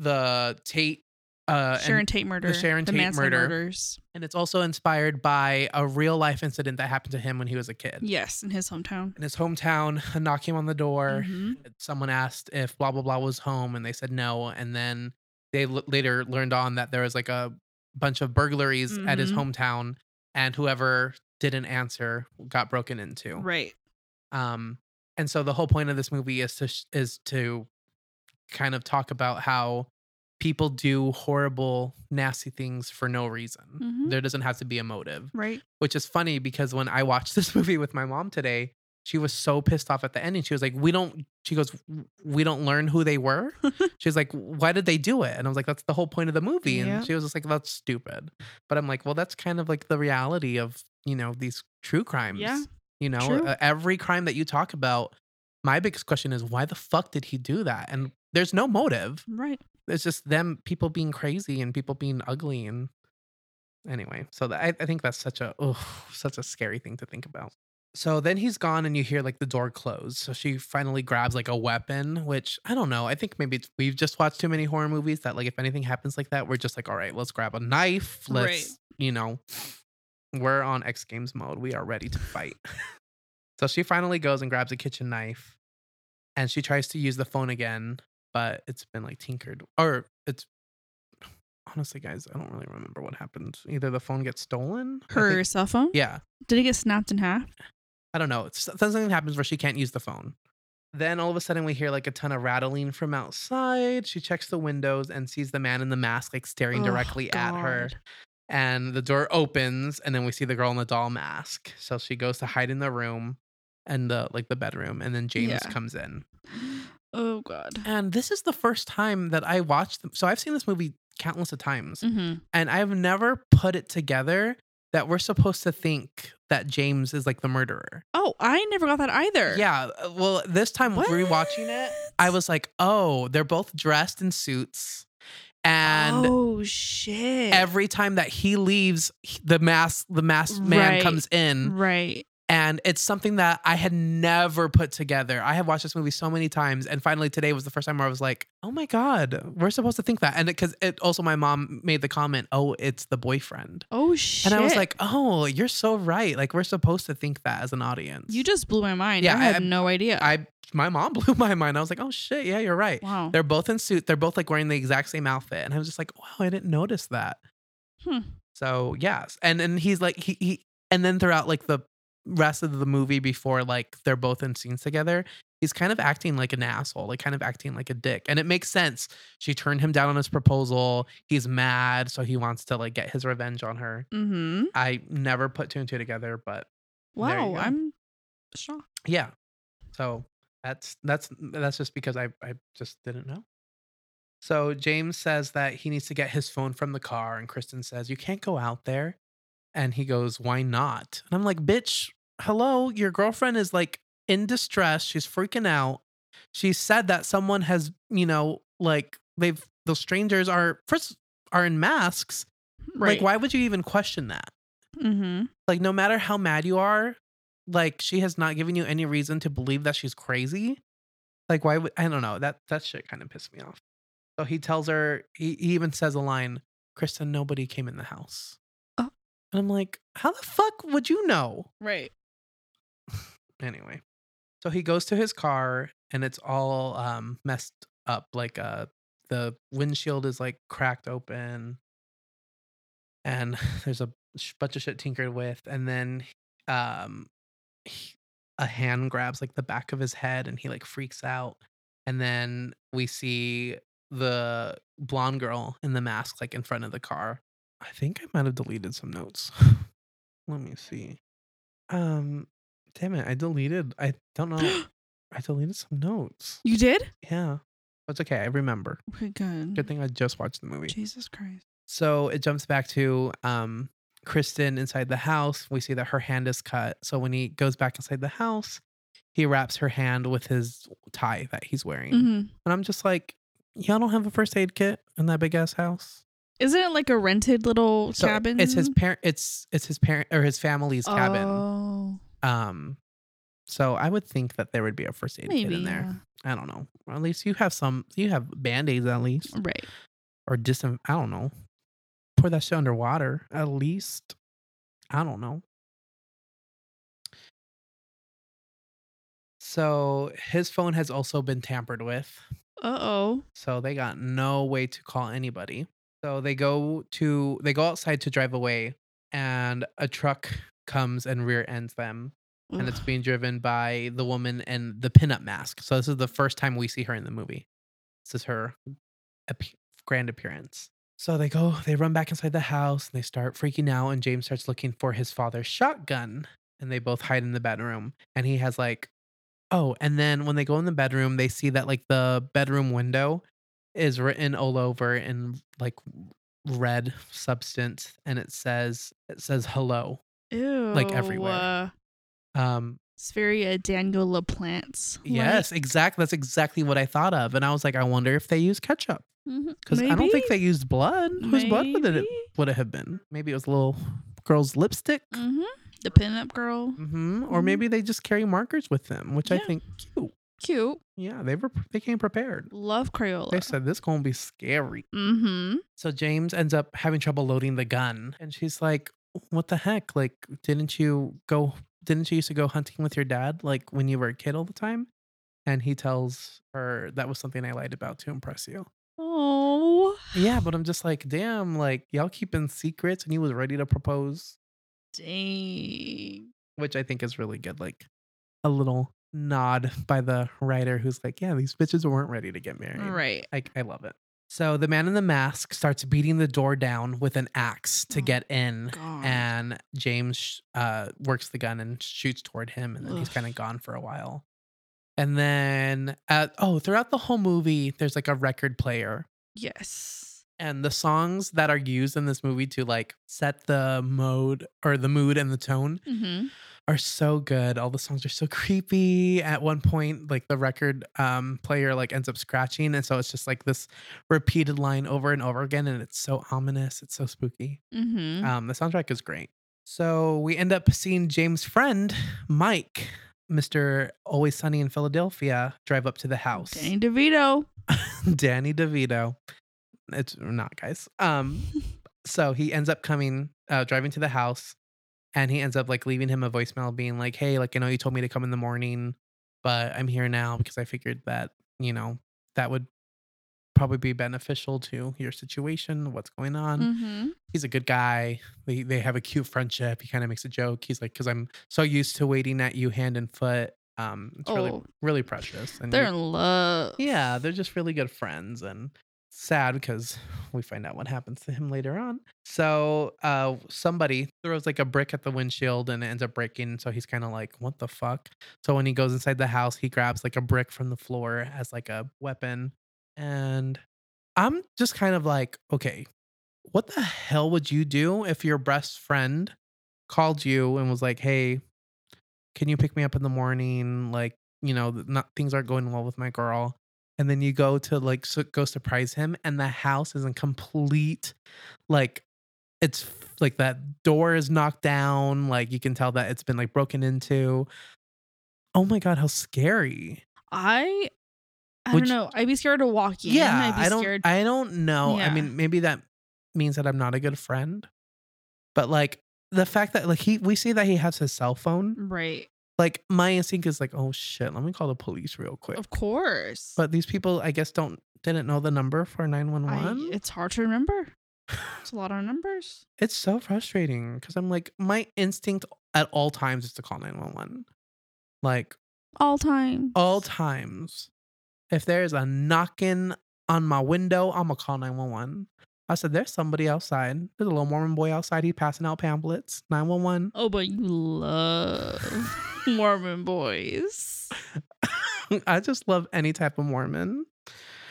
B: the Tate, uh, and-
C: Sharon Tate murder.
B: Sharon Tate
C: Manson
B: murder.
C: murders.
B: and it's also inspired by a real life incident that happened to him when he was a kid.
C: Yes, in his hometown.
B: In his hometown, a knock came on the door.
C: Mhm.
B: someone asked if blah blah blah was home and they said no and then they l- later learned on that there was like a bunch of burglaries at his hometown and whoever didn't answer got broken into
C: Right.
B: um and so the whole point of this movie is to sh- is to kind of talk about how people do horrible nasty things for no reason
C: Mhm.
B: there doesn't have to be a motive
C: Right.
B: which is funny because when I watched this movie with my mom today, she was so pissed off at the ending. She was like, "We don't." She goes, "W- "We don't learn who they were." she was like, "Why did they do it?" And I was like, "That's the whole point of the movie."
C: Yeah.
B: And she was just like, "That's stupid." But I'm like, "Well, that's kind of like the reality of you know these true crimes.
C: Yeah.
B: You know,
C: True.
B: uh, every crime that you talk about. My biggest question is, why the fuck did he do that? And there's no motive.
C: Right.
B: It's just them people being crazy and people being ugly and anyway so that, I, I think that's such a oh such a scary thing to think about so then he's gone and you hear like the door close so she finally grabs like a weapon which i don't know i think maybe it's, we've just watched too many horror movies that like if anything happens like that we're just like all right let's grab a knife
C: Right.
B: let's you know we're on x games mode we are ready to fight so she finally goes and grabs a kitchen knife and she tries to use the phone again but it's been like tinkered or it's honestly guys i don't really remember what happened either the phone gets stolen I
C: Her
B: think-
C: cell phone.
B: yeah
C: Did it get snapped in half?
B: i don't know it's, something happens where she can't use the phone then all of a sudden we hear like a ton of rattling from outside she checks the windows and sees the man in the mask like staring
C: Oh,
B: directly at her
C: God.
B: and the door opens and then we see the girl in the doll mask so she goes to hide in the room and the like the bedroom and then james
C: Yeah.
B: comes in
C: Oh God.
B: And this is the first time that I watched them. So I've seen this movie countless of times,
C: Mm-hmm.
B: and I've never put it together that we're supposed to think that James is like the murderer.
C: Oh, I never got that either.
B: Yeah. uh, Well, this time
C: What?
B: rewatching it, I was like, oh, they're both dressed in suits. And
C: oh shit.
B: every time that he leaves, he- the mask, the masked man
C: Right.
B: comes in.
C: right.
B: And it's something that I had never put together. I have watched this movie so many times. And finally, today was the first time where I was like, oh my God, we're supposed to think that. And because it, also, my mom made the comment, oh, it's the boyfriend.
C: Oh shit.
B: And I was like, oh, you're so right. Like, we're supposed to think that as an audience.
C: you just blew my mind.
B: Yeah,
C: I
B: I-
C: had
B: I-
C: no idea.
B: I, my mom blew my mind. I was like, oh shit, yeah, you're right.
C: wow.
B: They're both in suit. They're both like wearing the exact same outfit. And I was just like, wow, I didn't notice that.
C: Hmm.
B: So yes. And and he's like he, he and then throughout like the rest of the movie before like they're both in scenes together, he's kind of acting like an asshole, like kind of acting like a dick. And it makes sense. She turned him down on his proposal. He's mad, so he wants to like get his revenge on her.
C: Mm-hmm.
B: I never put two and two together, but There you
C: Wow.
B: go.
C: I'm shocked.
B: yeah. So that's that's that's just because I I just didn't know. So James says that he needs to get his phone from the car, and Kristen says you can't go out there, and he goes, "Why not?" And I'm like, "Bitch, hello, your girlfriend is like in distress. She's freaking out. She said that someone has, you know, like they've those strangers are first are in masks.
C: Right.
B: Like, why would you even question that?"
C: Mm-hmm.
B: like no matter how mad you are like she has not given you any reason to believe that she's crazy Like, why would I don't know that that shit kind of pissed me off. So he tells her. He, he even says a line, "Kristen, nobody came in the house."
C: Oh.
B: And I'm like, how the fuck would you know?
C: Right.
B: anyway so he goes to his car and it's all um messed up like uh the windshield is like cracked open and there's a sh- bunch of shit tinkered with and then um he- a hand grabs like the back of his head and he like freaks out and then we see the blonde girl in the mask like in front of the car i think i might have deleted some notes let me see um Damn it, I deleted. I don't know. I deleted some notes.
C: You did?
B: Yeah. That's okay. I remember.
C: Okay, good.
B: Good thing I just watched the movie.
C: Oh Jesus Christ.
B: So it jumps back to um, Kristen inside the house. We see that her hand is cut. So when he goes back inside the house, he wraps her hand with his tie that he's wearing.
C: hmm
B: And I'm just like, y'all don't have a first aid kit in that big ass house.
C: Isn't it like a rented little
B: So
C: cabin?
B: It's his parent. It's it's his parent or his family's cabin.
C: Oh,
B: Um, so I would think that there would be a first aid kit
C: maybe.
B: in there. I don't know. Or at least you have some. You have band aids at least,
C: yeah. Right.
B: or just I don't know. Pour that shit underwater at least. I don't know. So his phone has also been tampered with.
C: Uh oh.
B: So they got no way to call anybody. So they go to they go outside to drive away, and a truck comes and rear ends them and it's being driven by the woman in the pinup mask. So this is the first time we see her in the movie. This is her ap- grand appearance. So they go, they run back inside the house and they start freaking out. And James starts looking for his father's shotgun, and they both hide in the bedroom. And he has like, oh, and then when they go in the bedroom, they see that like the bedroom window is written all over in like red substance, and it says it says hello.
C: Ew.
B: like, everywhere.
C: uh,
B: Um,
C: It's very uh, Daniel LaPlante.
B: Yes, exactly. That's exactly what I thought of, and I was like, I wonder if they used ketchup
C: mm-hmm.
B: because I don't think they used blood. Whose blood would it would it have been? Maybe it was a little girl's lipstick, hmm
C: Mm-hmm. The pinup girl.
B: or
C: Mhm.
B: maybe they just carry markers with them, which I
C: Yeah.
B: think cute.
C: Cute.
B: Yeah, they were they came prepared.
C: Love Crayola.
B: They said this gonna be scary.
C: mm-hmm.
B: So James ends up having trouble loading the gun, and she's like, "What the heck? Like, didn't you go? Didn't you used to go hunting with your dad like when you were a kid all the time?" And he tells her that was something I lied about to impress you.
C: Oh.
B: Yeah, but I'm just like, damn, like y'all keeping secrets, and he was ready to propose,
C: Dang.
B: which I think is really good. Like a little nod by the writer who's like, yeah, these bitches weren't ready to get married.
C: Right.
B: I, I love it. So the man in the mask starts beating the door down with an axe to
C: Oh,
B: get in,
C: God.
B: and James sh- uh, works the gun and shoots toward him, and then he's
C: Ugh.
B: kind of gone for a while. And then, at, oh, throughout the whole movie, there's like a record player
C: yes.
B: and the songs that are used in this movie to like set the mode or the mood and the tone
C: Mm-hmm.
B: are so good all the songs are so creepy at one point like the record um player like ends up scratching and so it's just like this repeated line over and over again and it's so ominous it's so spooky
C: Mm-hmm.
B: um the soundtrack is great so we end up seeing james friend mike mr always sunny in philadelphia drive up to the house
C: Danny DeVito.
B: Danny DeVito. It's not, guys. Um, so he ends up coming, uh, driving to the house, and he ends up like leaving him a voicemail, being like, "Hey, like I know you told me to come in the morning, but I'm here now because I figured that you know that would probably be beneficial to your situation. What's going on?
C: Mm-hmm.
B: He's a good guy. They they have a cute friendship. He kind of makes a joke. He's like, "Cause I'm so used to waiting at you hand and foot. Um, it's really
C: Oh.
B: really precious. And
C: They're
B: you-
C: in love.
B: yeah, they're just really good friends and sad because we find out what happens to him later on. So uh somebody throws like a brick at the windshield and it ends up breaking. So he's kind of like, what the fuck? So when he goes inside the house, he grabs like a brick from the floor as like a weapon. And I'm just kind of like, okay, what the hell would you do if your best friend called you and was like, hey, can you pick me up in the morning? Like, you know, th- not things aren't going well with my girl. And then you go to like su- go surprise him, and the house is in complete, like, it's f- like that door is knocked down. Like you can tell that it's been like broken into. Oh my god, how scary!
C: I I
B: Would
C: don't
B: you-
C: know. I'd be scared of walking.
B: yeah,
C: I'd be
B: I don't.
C: scared.
B: I don't know. I
C: Yeah.
B: mean, maybe that means that I'm not a good friend. But like the fact that like he, we see that he has his cell
C: Mm.
B: phone.
C: right.
B: Like my instinct is like, oh shit, let me call the police real quick.
C: Of course.
B: But these people, I guess, don't didn't know the number for nine one
C: I-
B: one.
C: it's hard to remember. It's a lot of numbers.
B: It's so frustrating because I'm like, my instinct at all times is to call nine one one. Like
C: All time.
B: all times, if there is a knocking on my window, I'm gonna call nine one one. I said, there's somebody outside. There's a little Mormon boy outside. He's passing out pamphlets. Nine one one.
C: Oh, but you love Mormon boys.
B: I just love any type of Mormon.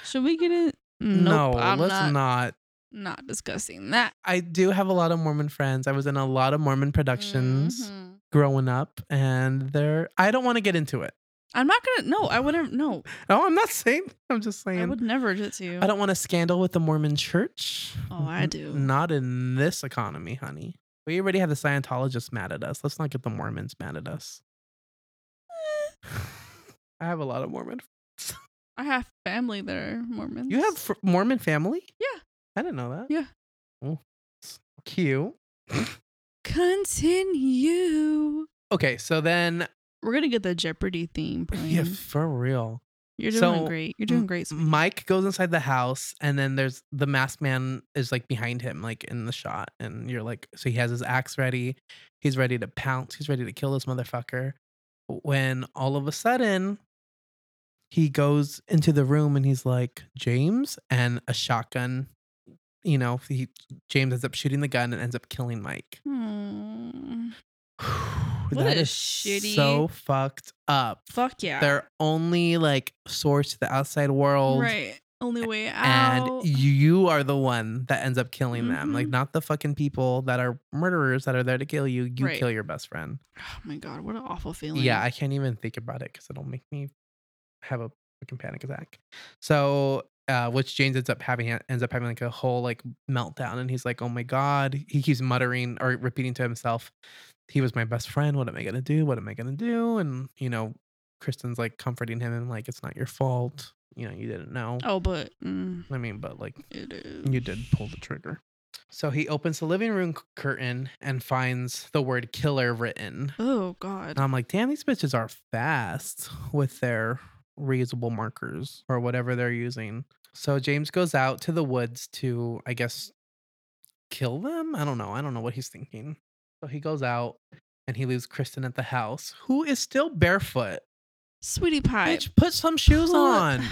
C: Should we get it?
B: no,
C: I'm
B: let's
C: not,
B: not.
C: not discussing that.
B: I do have a lot of Mormon friends. I was in a lot of Mormon productions.
C: Mhm.
B: growing up and they're I don't want to get into it.
C: I'm not gonna. No, I wouldn't. No,
B: No, I'm not saying I'm just
C: I
B: saying I,
C: would never do it to you.
B: don't want a scandal with the Mormon church.
C: Oh, I
B: N-
C: do.
B: Not in this economy, honey. We already have the Scientologists mad at us. Let's not get the Mormons mad at us. I have a lot of Mormon.
C: I have family that are Mormons.
B: You have fr- Mormon family?
C: Yeah.
B: I didn't know that.
C: Yeah.
B: Oh, it's cute.
C: continue.
B: Okay, so then
C: We're gonna get the Jeopardy theme. Playing.
B: yeah, for real.
C: You're doing
B: So,
C: great. You're doing great. sweetie.
B: Mike goes inside the house, and then there's the masked man is like behind him, like in the shot. And you're like, so he has his axe ready. He's ready to pounce. He's ready to kill this motherfucker. When all of a sudden, he goes into the room and he's like, James, and a shotgun. You know, he, James ends up shooting the gun and ends up killing Mike.
C: Aw.
B: That
C: a
B: is
C: shitty-
B: so fucked up.
C: Fuck yeah.
B: Their only like source to the outside world
C: right. Only way out.
B: and you are the one that ends up killing them like
C: Mhm.
B: not the fucking people that are murderers that are there to kill you you
C: Right.
B: kill your best friend
C: oh my god, what an awful feeling.
B: yeah i can't even think about it because it'll make me have a fucking panic attack so uh, which James ends up having ends up having like a whole like meltdown, and he's like, "Oh my god!" He keeps muttering or repeating to himself, "He was my best friend. What am I gonna do? What am I gonna do?" And you know, Kristen's like comforting him and like, "It's not your fault. You know, you didn't know."
C: Oh, but mm,
B: I mean, but like,
C: it is.
B: you did pull the trigger. So he opens the living room c- curtain and finds the word killer written.
C: Oh god.
B: And I'm like, damn, these bitches are fast with their reusable markers or whatever they're using. So James goes out to the woods to, I guess, kill them. I don't know. I don't know what he's thinking. So he goes out and he leaves Kristen at the house, who is still barefoot.
C: Sweetie pie.
B: Bitch, put some shoes
C: put-
B: on.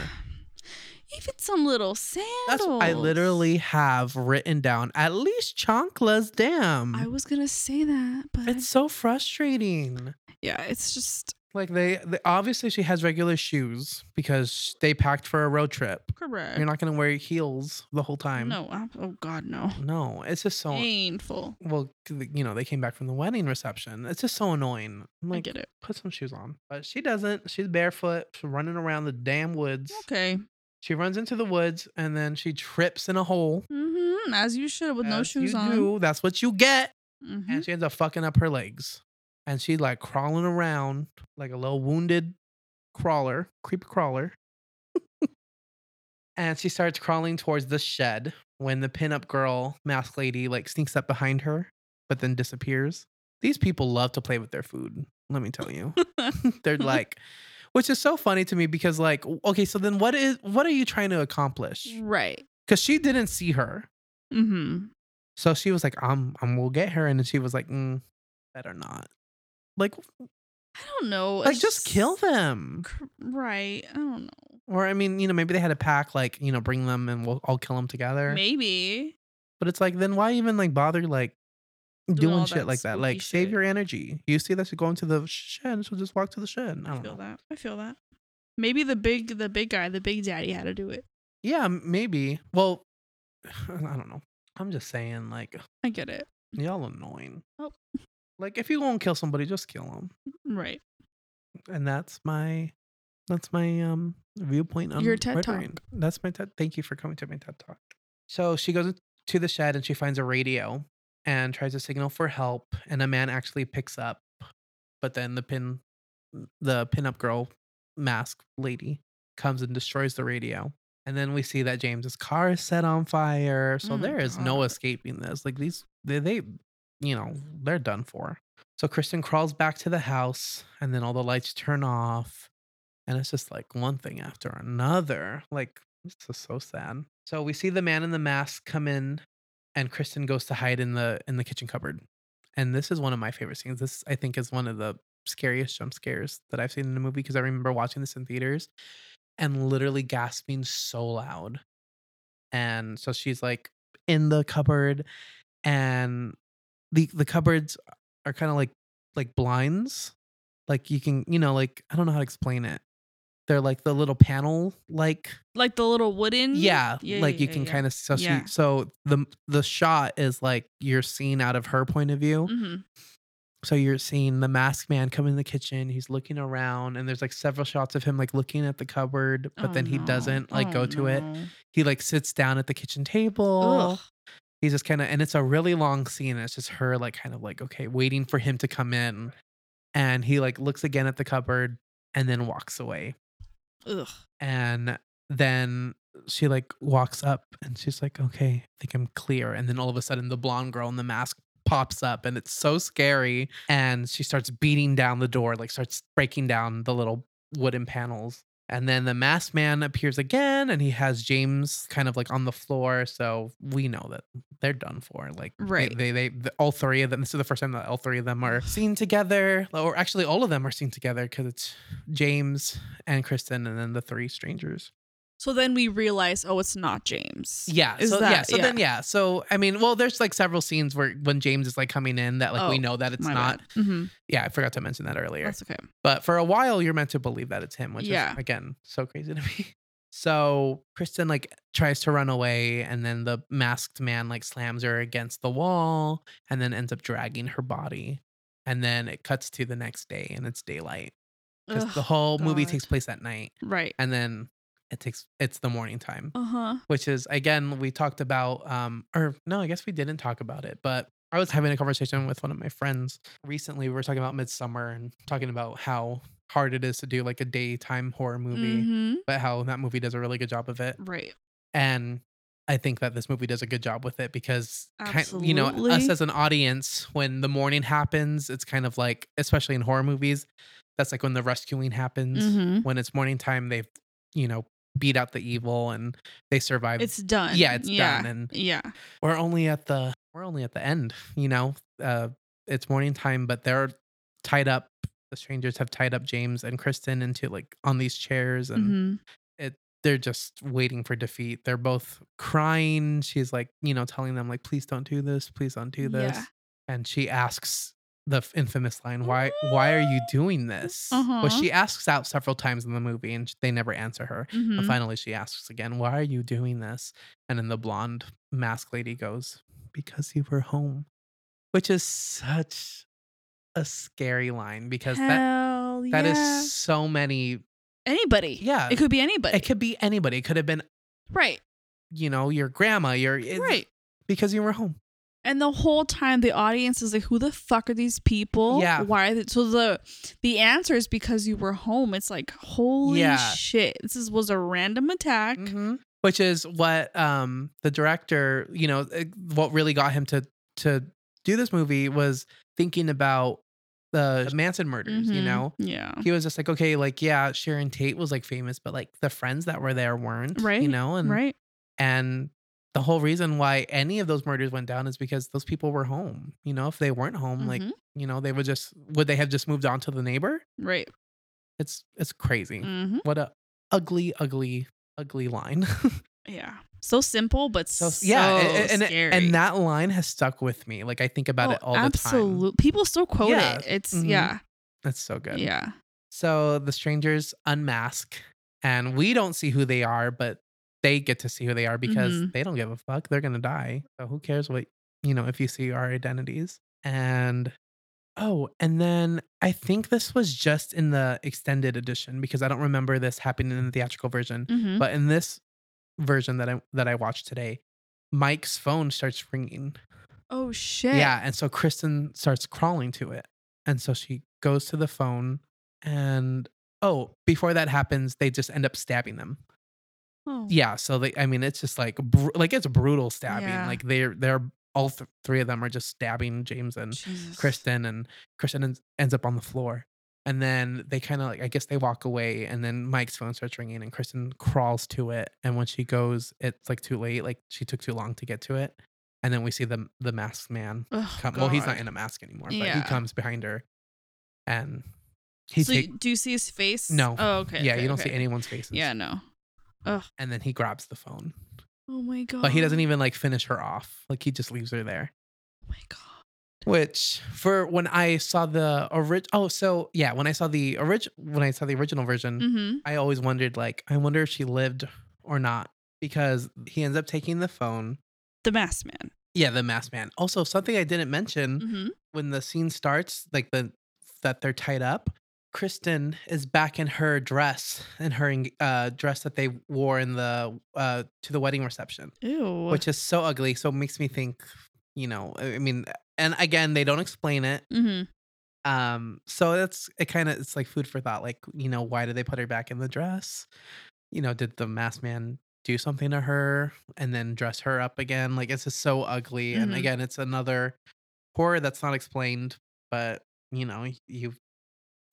C: Even some little sandals.
B: That's what I literally have written down. At least chanclas, damn.
C: I was gonna say that, but
B: It's so frustrating.
C: yeah, it's just
B: Like they, they obviously she has regular shoes because they packed for a road trip.
C: correct.
B: You're not gonna wear heels the whole time.
C: No. ab- Oh god, no.
B: no, it's just so.
C: Painful.
B: Well, you know they came back from the wedding reception. It's just so annoying. I'm
C: I
B: like,
C: get it.
B: put some shoes on, but she doesn't. She's barefoot, she's running around the damn woods.
C: Okay.
B: She runs into the woods and then she trips in a hole.
C: Mm-hmm. As you should with no
B: As
C: shoes
B: you
C: on.
B: do, that's what you get.
C: Mhm.
B: and she ends up fucking up her legs and she's like crawling around like a little wounded crawler creepy crawler and she starts crawling towards the shed when the pinup girl mask lady like sneaks up behind her but then disappears these people love to play with their food let me tell you they're like which is so funny to me because like okay so then what is what are you trying to accomplish
C: right.
B: because she didn't see her
C: Mm-hmm.
B: so she was like, "I'm, I'm, we'll get her," and then she was like, mm, "Better not." Like,
C: I don't know.
B: like
C: it's
B: just kill them,
C: cr- Right. I don't know.
B: or I mean, you know, maybe they had a pack, like you know, bring them and we'll all kill them together.
C: Maybe.
B: But it's like, then why even like bother like doing,
C: all
B: shit
C: that
B: like that?
C: spooky
B: Like, save
C: shit.
B: your energy. You see that she's going to the shed, so just walk to the shed. I
C: I
B: don't
C: feel
B: know.
C: that. I feel that. Maybe the big the big guy, the big daddy had to do it.
B: Yeah, m- maybe. Well, I don't know. I'm just saying, like,
C: I get it.
B: y'all annoying.
C: Oh.
B: Like, if you won't kill somebody, just kill them.
C: Right.
B: and that's my that's my um viewpoint on
C: Your TED
B: murdering. That's my TED. Thank you for coming to my TED talk. So she goes to the shed and she finds a radio and tries to signal for help, and a man actually picks up, but then the pin the pinup girl mask lady comes and destroys the radio. And then we see that James's car is set on fire. So
C: Oh my
B: there is no
C: God.
B: escaping this. Like these, they, they, you know, they're done for. So Kristen crawls back to the house and then all the lights turn off. And it's just like one thing after another. Like, this is so sad. So we see the man in the mask come in and Kristen goes to hide in the in the kitchen cupboard. And this is one of my favorite scenes. This I think is one of the scariest jump scares that I've seen in a movie because I remember watching this in theaters and literally gasping so loud. And so she's like in the cupboard and the the cupboards are kind of like like blinds. Like you can, you know, like I don't know how to explain it. They're like the little panel like
C: like the little wooden.
B: Mm-hmm. yeah, like you can kind of so
C: Yeah.
B: she so the the shot is like you're seeing out of her point of view.
C: hmm
B: So you're seeing the masked man come in the kitchen. He's looking around, and there's like several shots of him like looking at the cupboard, but
C: Oh,
B: then he
C: no.
B: doesn't like
C: Oh,
B: go to it.
C: no.
B: He like sits down at the kitchen table.
C: Ugh.
B: He's just kind of, and it's a really long scene. and It's just her like kind of like okay, waiting for him to come in, and he like looks again at the cupboard and then walks away.
C: Ugh.
B: and then she like walks up and she's like okay i think i'm clear and then all of a sudden the blonde girl in the mask pops up and it's so scary and she starts beating down the door like starts breaking down the little wooden panels and then the masked man appears again and he has james kind of like on the floor so we know that they're done for like they-
C: Right.
B: they they, the, all three of them this is the first time that all three of them are seen together or actually all of them are seen together because it's james and Kristen, and then the three strangers.
C: So then we realize, oh, it's not James.
B: Yeah.
C: Is
B: so yeah.
C: that-
B: So then yeah. So I mean, well, there's like several scenes where when James is like coming in that like we
C: Oh,
B: know that it's
C: My
B: not.
C: bad. Mhm.
B: Yeah, I forgot to mention that earlier.
C: That's okay.
B: but for a while, you're meant to believe that it's him, which
C: Yeah.
B: is again so crazy to me. So Kristen like tries to run away, and then the masked man like slams her against the wall, and then ends up dragging her body. And then it cuts to the next day, and it's daylight because the
C: Ugh.
B: whole movie
C: God.
B: takes place at night,
C: Right.
B: and then it takes it's the morning time
C: Uh huh.
B: which is again we talked about um or no i guess we didn't talk about it but i was having a conversation with one of my friends recently we were talking about midsummer and talking about how hard it is to do like a daytime horror movie
C: hmm
B: but how that movie does a really good job of it
C: Right.
B: and i think that this movie does a good job with it because kind, you know us
C: Absolutely.
B: as an audience when the morning happens it's kind of like especially in horror movies that's like when the rescuing happens
C: hmm
B: when it's morning time they've you know beat out the evil and they survive
C: It's done.
B: yeah it's
C: yeah.
B: done and
C: Yeah.
B: we're only at the we're only at the end you know uh it's morning time but they're tied up the strangers have tied up james and kristen into like on these chairs and
C: hmm
B: they're just waiting for defeat they're both crying she's like you know telling them like please don't do this please don't do this
C: Yeah.
B: and she asks the f- infamous line why why are you doing this
C: Uh-huh.
B: but she asks out several times in the movie and sh- they never answer her
C: hmm
B: and Uh, finally, she asks again, Why are you doing this? And then the blonde mask lady goes, Because you were home, which is such a scary line because that.
C: Hell
B: That is
C: yeah.
B: so many.
C: anybody.
B: Yeah.
C: It could be anybody.
B: It could be anybody. It could have been,
C: right.
B: you know, your grandma, your. it-
C: Right.
B: Because you were home.
C: And the whole time, the audience is like, "Who the fuck are these people?
B: Yeah.
C: Why?" Are they-" So the the answer is because you were home. It's like, holy
B: Yeah.
C: shit! This is, was a random attack.
B: Mhm. Which is what um the director, you know, uh, what really got him to to do this movie was thinking about the Manson murders, you
C: Mhm.
B: know?
C: Yeah.
B: he was just like, okay, like yeah, Sharon Tate was like famous, but like the friends that were there weren't, You
C: Right,
B: know, and
C: right.
B: and the whole reason why any of those murders went down is because those people were home. You know, if they weren't home, like
C: Mhm.
B: you know, they would just would they have just moved on to the neighbor?
C: Right.
B: It's it's crazy.
C: hmm
B: What a ugly, ugly, ugly line.
C: Yeah. So simple, but
B: so
C: so,
B: yeah, a- a- and,
C: scary.
B: and that line has stuck with me. Like I think about
C: Oh,
B: it all the time.
C: absolute- People still quote
B: Yeah.
C: it. It's
B: Mhm.
C: yeah,
B: That's so good.
C: yeah.
B: So the strangers unmask, and we don't see who they are, but they get to see who they are because
C: Mhm.
B: they don't give a fuck. They're gonna die. So who cares what you know if you see our identities? And oh, and then I think this was just in the extended edition because I don't remember this happening in the theatrical version.
C: hmm
B: But in this version that I that I watched today, Mike's phone starts ringing.
C: Oh shit.
B: Yeah. And so Kristen starts crawling to it. And so she goes to the phone and oh, before that happens, they just end up stabbing them.
C: Oh.
B: Yeah, so they I mean it's just like br- like it's brutal stabbing.
C: Yeah.
B: Like they're they're all th- three of them are just stabbing James and
C: Jesus.
B: Kristen and Kristen ends, ends up on the floor. And then they kind of like, I guess they walk away and then Mike's phone starts ringing and Kristen crawls to it. And when she goes, it's like too late. Like she took too long to get to it. And then we see the, the masked man
C: Oh,
B: come. Well, he's not
C: God.
B: in a mask anymore, but he
C: Yeah.
B: comes behind her and he
C: so
B: take-
C: you- do you see his face?
B: No.
C: Oh, okay.
B: yeah,
C: okay,
B: you don't see
C: okay.
B: anyone's faces.
C: Yeah, no.
B: And then he grabs the phone,
C: Oh my god.
B: but he doesn't even like finish her off. Like he just leaves her there.
C: Oh my god.
B: which for when i saw the orig oh so yeah when i saw the orig when i saw the original version
C: Mm-hmm.
B: i always wondered like i wonder if she lived or not because he ends up taking the phone
C: The masked man.
B: yeah the masked man also something i didn't mention
C: Mm-hmm.
B: when the scene starts like the that they're tied up kristen is back in her dress in her eng- uh, dress that they wore in the uh, to the wedding reception
C: Ew.
B: which is so ugly so it makes me think you know i I mean and again they don't explain it
C: mm-hmm.
B: um, so that's it kind of it's like food for thought. Like, you know, why did they put her back in the dress? You know, did the masked man do something to her and then dress her up again? Like it's just so ugly. And
C: Mhm.
B: again, it's another horror that's not explained, but you know, y- you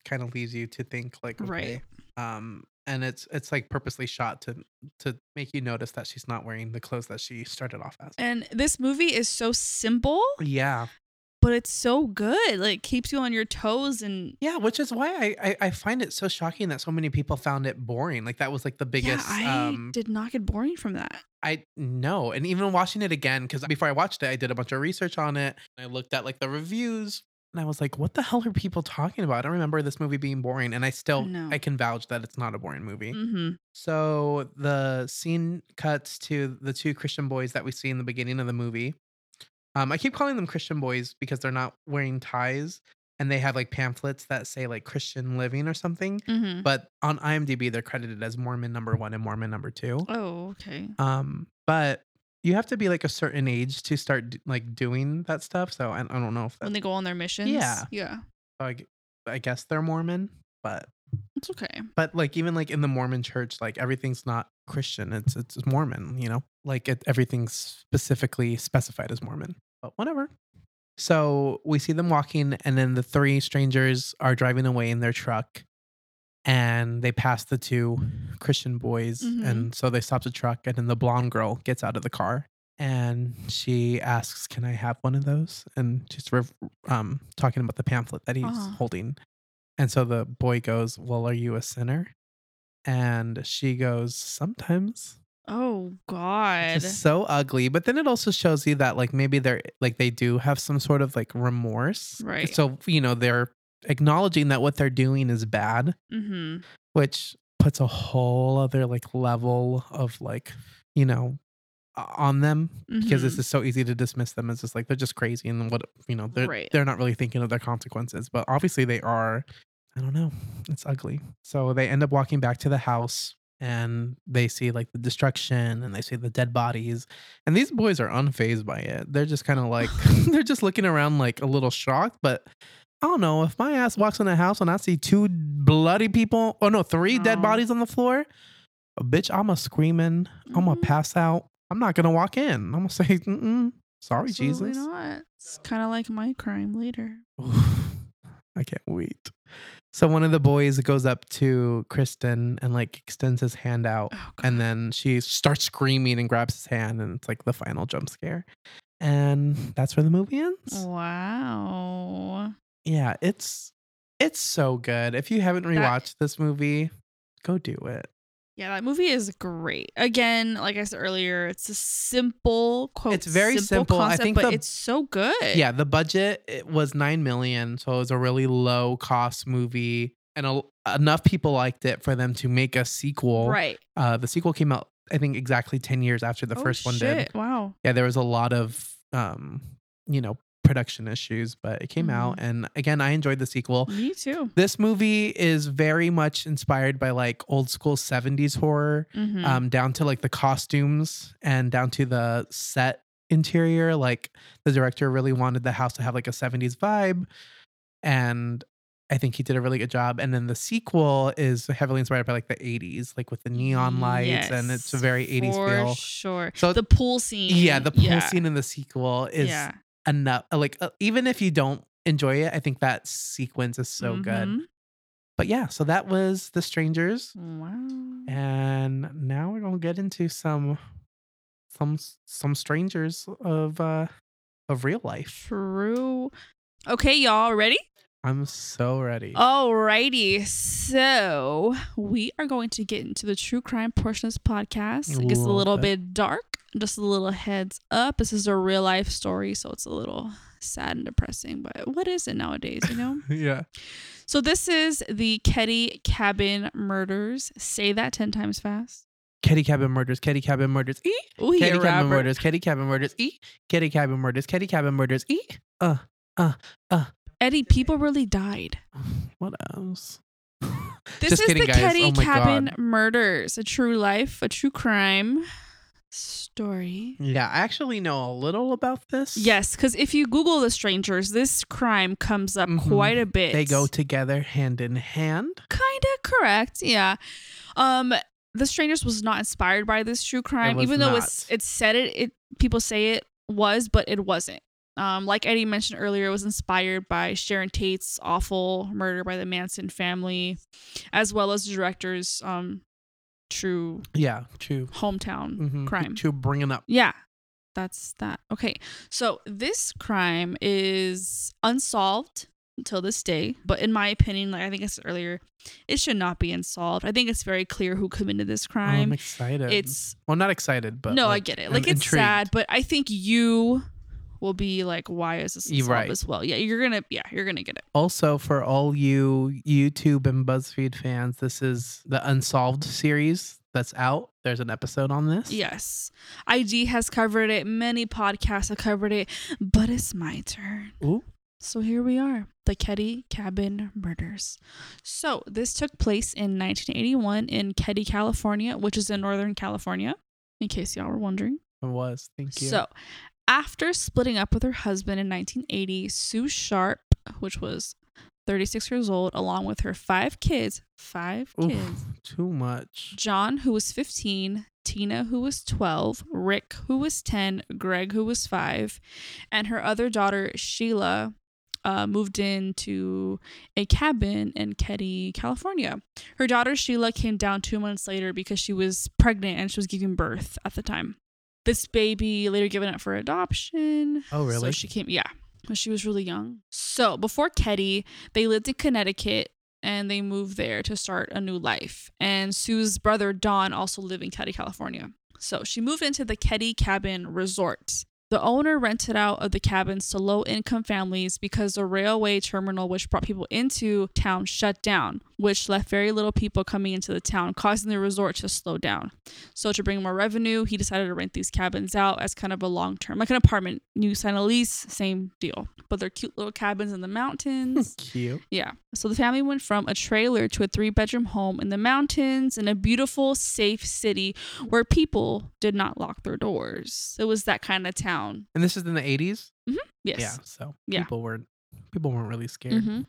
B: kind of leaves you to think like
C: Right.
B: okay. Um and it's it's like purposely shot to to make you notice that she's not wearing the clothes that she started off as.
C: And this movie is so simple,
B: Yeah.
C: but it's so good. Like keeps you on your toes and
B: Yeah, which is why I, I I find it so shocking that so many people found it boring. Like that was like the biggest.
C: yeah, I
B: um,
C: did not get boring from that.
B: I no, and even watching it again because before I watched it, I did a bunch of research on it. And I looked at like the reviews, and I was like, "What the hell are people talking about?" I don't remember this movie being boring, and I still
C: No.
B: I can vouch that it's not a boring movie.
C: Mm-hmm.
B: So the scene cuts to the two Christian boys that we see in the beginning of the movie. Um, I keep calling them Christian boys because they're not wearing ties and they have like pamphlets that say like Christian living or something.
C: Mm-hmm.
B: But on IMDb, they're credited as Mormon number one and Mormon number two.
C: Oh, okay.
B: Um, but you have to be like a certain age to start d- like doing that stuff. So I, I don't know if
C: When
B: that's,
C: they go on their missions.
B: Yeah.
C: Yeah.
B: I g- I guess they're Mormon, but
C: It's okay.
B: but like even like in the mormon church like everything's not christian it's it's mormon you know like it, everything's specifically specified as mormon but whatever so we see them walking and then the three strangers are driving away in their truck and they pass the two christian boys
C: Mhm.
B: and so they stop the truck and then the blonde girl gets out of the car and she asks can i have one of those and she's rev- um, talking about the pamphlet that he's
C: Uh-huh.
B: holding and so the boy goes, Well, are you a sinner? And she goes, Sometimes.
C: Oh God.
B: It's just so ugly. But then it also shows you that like maybe they're like they do have some sort of like remorse.
C: Right.
B: So, you know, they're acknowledging that what they're doing is bad,
C: Mm-hmm.
B: which puts a whole other like level of like, you know, o- on them because it's just so easy to dismiss them as just like they're just crazy and what you know they're
C: Right.
B: they're not really thinking of their consequences but obviously they are i don't know it's ugly so they end up walking back to the house and they see like the destruction and they see the dead bodies and these boys are unfazed by it they're just kind of like they're just looking around like a little shocked but I don't know if my ass walks in the house and I see two bloody people, oh no, three dead
C: No.
B: bodies on the floor. Bitch, I'm a screaming. I'm gonna
C: Mhm.
B: pass out. I'm not gonna walk in. I'm gonna say, Mm-mm, sorry,
C: Absolutely
B: Jesus.
C: not. It's kind of like my crime later.
B: I can't wait. So one of the boys goes up to Kristen and like extends his hand out,
C: Oh God.
B: and then she starts screaming and grabs his hand, and it's like the final jump scare. And that's where the movie ends.
C: Oh. Wow.
B: Yeah, it's it's so good. If you haven't rewatched this movie, go do it.
C: Yeah, that movie is great. Again, like I said earlier, it's a simple quote.
B: It's very simple. I
C: Concept,
B: think
C: but
B: the-
C: it's so good.
B: yeah the budget it was 9 million so it was a really low cost movie and a, enough people liked it for them to make a sequel
C: Right.
B: uh, the sequel came out i think exactly 10 years after the
C: Oh,
B: first one did
C: shit. Wow.
B: yeah there was a lot of um, you know production issues but it came
C: Mm-hmm.
B: out and again i enjoyed the sequel
C: Me too.
B: this movie is very much inspired by like old school 70s horror
C: Mhm.
B: um, down to like the costumes and down to the set interior. Like the director really wanted the house to have like a 70s vibe. And I think he did a really good job. And then the sequel is heavily inspired by like the 80s, like with the neon lights, and it's a
C: Yes,
B: very 80s
C: for
B: feel.
C: Sure.
B: So-
C: So the pool scene.
B: Yeah, the pool
C: yeah,
B: scene in the sequel is
C: yeah.
B: enough. Like uh, even if you don't enjoy it, I think that sequence is so good.
C: Mhm.
B: But yeah, so that was The Strangers,
C: Mm-hmm. Wow.
B: and now we're gonna get into some some some strangers of uh of real life.
C: True. Okay, y'all ready?
B: I'm so ready.
C: Oh. Alrighty. So we are going to get into the true crime portion of this podcast. It gets a
B: Love
C: little
B: it.
C: bit dark. Just a little heads up. This is a real life story, so it's a little sad and depressing. But what is it nowadays? You know.
B: yeah.
C: so this is the Ketty Cabin murders. Say that ten times fast.
B: Kitty Cabin Murders, Kitty Cabin Murders, ee!
C: Ooh, yeah,
B: Kitty Cabin
C: Robert.
B: Murders, Kitty Cabin Murders, ee! Kitty Cabin Murders, Kitty Cabin Murders, ee! Uh,
C: Eddie, people really died.
B: what else?
C: This
B: Just
C: is
B: kidding,
C: the
B: guys.
C: Ketty
B: Oh my
C: Cabin
B: God.
C: murders, a true life, a true crime story.
B: Yeah, I actually know a little about this.
C: Yes, because if you Google the strangers, this crime comes up
B: Mhm.
C: quite a bit.
B: They go together hand in hand.
C: kind of correct, yeah. Um, the strangers was not inspired by this true crime,
B: was
C: even though it's
B: not.
C: it said it, it people say it was, but it wasn't. Um, like Eddie mentioned earlier, it was inspired by Sharon Tate's awful murder by the Manson family, as well as the director's um true
B: Yeah, true.
C: hometown
B: Mhm.
C: crime.
B: True bringing up.
C: Yeah. That's that. Okay. So this crime is unsolved until this day. But in my opinion, like I think I said earlier, it should not be unsolved. I think it's very clear who committed this
B: Oh,
C: crime.
B: I'm excited.
C: it's
B: well, not excited, but
C: no, I
B: like,
C: get it.
B: I'm
C: Like it's
B: intrigued.
C: sad, but I think you will be like, why is this
B: You're
C: unsolved
B: right.
C: as well? Yeah, you're gonna yeah, you're gonna get it.
B: Also, for all you YouTube and BuzzFeed fans, this is the Unsolved series that's out. There's an episode on this.
C: Yes. ID has covered it, many podcasts have covered it, but it's my turn.
B: Ooh.
C: So here we are, the Ketty Cabin Murders. So this took place in 1981 in Ketty, California, which is in Northern California, in case y'all were wondering.
B: It was. Thank you.
C: So after splitting up with her husband in 1980, Sue Sharp, which was 36 years old, along with her five kids, five
B: Oof,
C: kids,
B: too much.
C: John, who was 15, Tina, who was 12, Rick, who was 10, Greg, who was 5, and her other daughter, Sheila, uh, moved into a cabin in Ketty, California. Her daughter, Sheila, came down two months later because she was pregnant and she was giving birth at the time. This baby later given up for adoption.
B: Oh, really?
C: So she came, yeah, when she was really young. So before Ketty, they lived in Connecticut and they moved there to start a new life. And Sue's brother Don also lived in Ketty, California. So she moved into the Ketty Cabin Resort. The owner rented out of the cabins to low income families because the railway terminal, which brought people into town, shut down, which left very little people coming into the town, causing the resort to slow down. So, to bring more revenue, he decided to rent these cabins out as kind of a long term, like an apartment. You sign a lease, same deal. But they're cute little cabins in the mountains.
B: Cute.
C: Yeah. So the family went from a trailer to a three bedroom home in the mountains in a beautiful, safe city where people did not lock their doors. It was that kind of town.
B: And this is in the 80s.
C: Yes.
B: Yeah. So
C: Yeah.
B: people weren't people weren't really scared.
C: Mhm.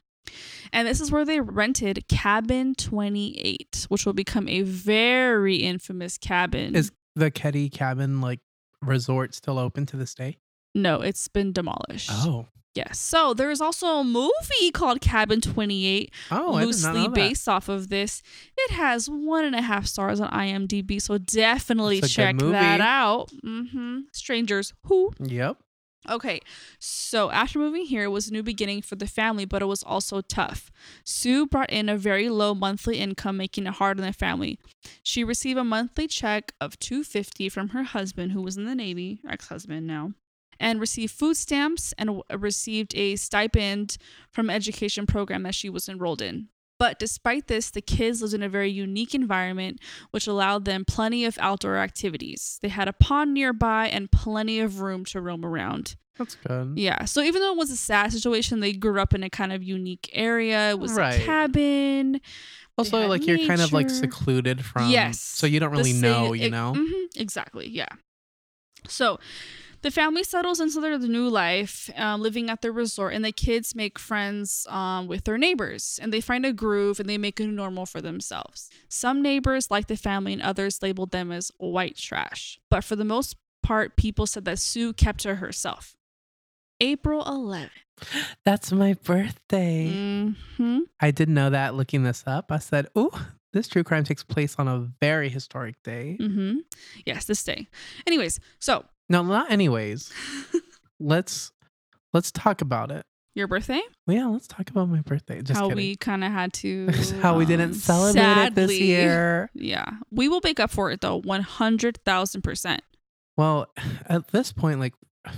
C: And this is where they rented Cabin 28, which will become a very infamous cabin.
B: Is- The Ketty Cabin like resort still open to this day?
C: no, it's been demolished.
B: Oh.
C: Yes. So there is also a movie called Cabin 28
B: Oh, I did not
C: loosely
B: know that.
C: based off of this. It has one and a half stars on IMDb, so definitely
B: It's a good
C: check
B: movie.
C: that out. hmm Strangers, who?
B: Yep.
C: Okay, so after moving here, it was a new beginning for the family, but it was also tough. Sue brought in a very low monthly income, making it hard on the family. She received a monthly check of 250 from her husband, who was in the Navy, ex-husband now, and received food stamps and w- received a stipend from education program that she was enrolled in. But despite this, the kids lived in a very unique environment, which allowed them plenty of outdoor activities. They had a pond nearby and plenty of room to roam around.
B: That's good.
C: Yeah. So even though it was a sad situation, they grew up in a kind of unique area. It was
B: Right.
C: a cabin.
B: Also,
C: had
B: like you're kind of like
C: nature.
B: secluded from.
C: Yes.
B: So you don't
C: the mm.
B: really
C: same-
B: know, you
C: e-
B: know.
C: mhm, exactly. Yeah. So The family settles into their new life, um, living at the resort, and the kids make friends um, with their neighbors. And they find a groove and they make a new normal for themselves. Some neighbors like the family, and others labeled them as white trash. But for the most part, people said that Sue kept to herself. April 11th.
B: That's my birthday.
C: Mm-hmm.
B: I did know that looking this up. I said, ooh, this true crime takes place on a very historic day.
C: Mm-hmm. Yes, this day. Anyways, so
B: No, not anyways. let's let's talk about it.
C: your birthday,
B: Yeah, let's talk about my birthday. Just
C: how
B: kidding.
C: we kind of had to,
B: how we
C: um,
B: didn't celebrate it this
C: sadly-
B: year.
C: Yeah, we will make up for it though, one hundred thousand percent.
B: Well, at this point, like,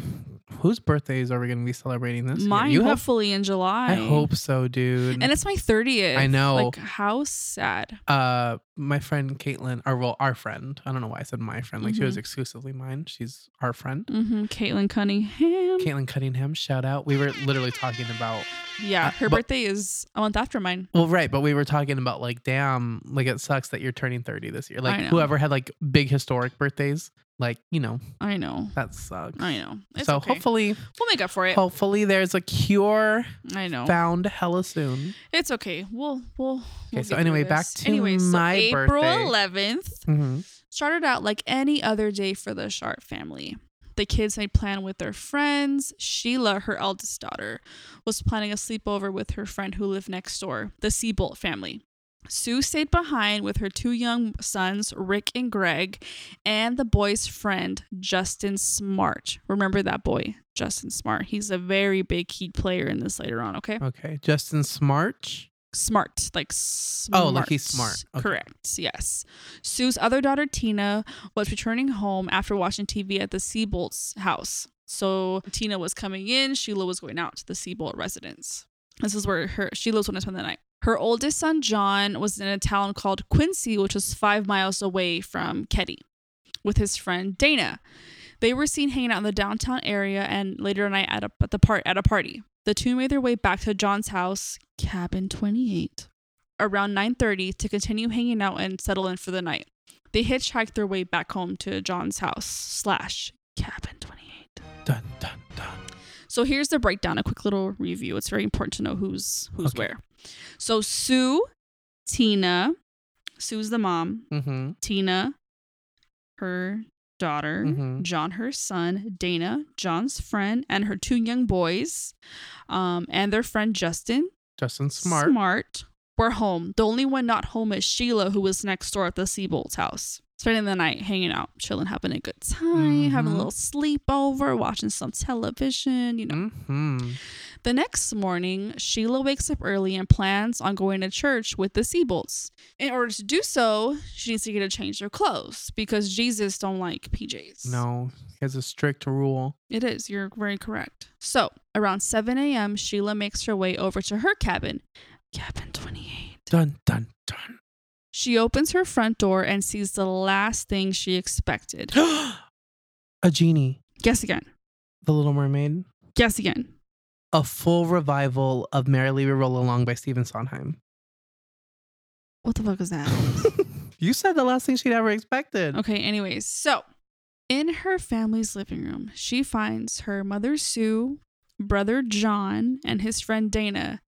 B: whose birthdays are we going to be celebrating this? year?
C: Mine
B: You have.
C: hopefully in July.
B: I hope so, dude.
C: And it's my thirtieth.
B: I know.
C: Like how sad.
B: uh, my friend Caitlin, or well, our friend. I don't know why I said my friend. Like she
C: Mm-hmm.
B: was exclusively mine. She's our friend.
C: hmm Caitlin Cunningham.
B: Caitlin Cunningham, shout out. We were literally talking about
C: yeah,
B: uh,
C: her
B: but-
C: birthday is a month after mine.
B: well, right, but we were talking about like, damn, like it sucks that you're turning 30 this year. Like
C: know.
B: whoever had like big historic birthdays, like, you know,
C: I know.
B: that sucks.
C: I know. It's
B: so
C: okay.
B: hopefully
C: we'll make up for it.
B: hopefully there's a cure
C: I know.
B: found hella soon.
C: It's okay. We'll we'll. Okay.
B: Okay, so anyway, back to my birthday.
C: April 11th
B: Mhm.
C: started out like any other day for the Sharp family. The kids made plan with their friends. Sheila, her eldest daughter, was planning a sleepover with her friend who lived next door, the Seabolt family. Sue stayed behind with her two young sons, Rick and Greg, and the boy's friend, Justin Smart. Remember that boy, Justin Smart. He's a very big key player in this later on, okay?
B: Okay. Justin Smarch.
C: smart like smart.
B: Oh, like he's smart. Okay.
C: correct yes sue's other daughter tina was returning home after watching tv at the seabolt's house so tina was coming in sheila was going out to the seabolt residence this is where her sheila's going to spend the night her oldest son john was in a town called quincy which was five miles away from ketty with his friend dana they were seen hanging out in the downtown area and later at night at a at the part at a party. The two made their way back to John's house, cabin 28, around 9:30 to continue hanging out and settle in for the night. They hitchhiked their way back home to John's house slash cabin 28.
B: Dun dun dun.
C: So here's the breakdown, a quick little review. It's very important to know who's who's
B: Okay.
C: where. So Sue, Tina, Sue's the mom,
B: Mm-hmm.
C: Tina, her daughter,
B: Mhm.
C: John, her son, Dana, John's friend, and her two young boys, um, and their friend Justin
B: Justin Smart.
C: Smart were home. The only one not home is Sheila, who was next door at the Seabolt's house, spending the night hanging out, chilling, having a good time, having a
B: Mhm.
C: little sleepover, watching some television, you know.
B: Mm-hmm.
C: The next morning, Sheila wakes up early and plans on going to church with the Seabolts. In order to do so, she needs to get a change of clothes because Jesus don't like PJs.
B: No, he has a strict rule.
C: It is. You're very correct. So, around 7 a.m., Sheila makes her way over to her cabin, cabin 28.
B: Dun dun dun.
C: She opens her front door and sees the last thing she expected.
B: a genie,
C: Guess again.
B: The Little Mermaid,
C: Guess again.
B: a full revival of Merrily We Roll Along by Stephen Sondheim.
C: What the fuck is that?
B: you said the last thing she'd ever expected.
C: Okay, anyways, so in her family's living room, she finds her mother Sue, brother John, and his friend Dana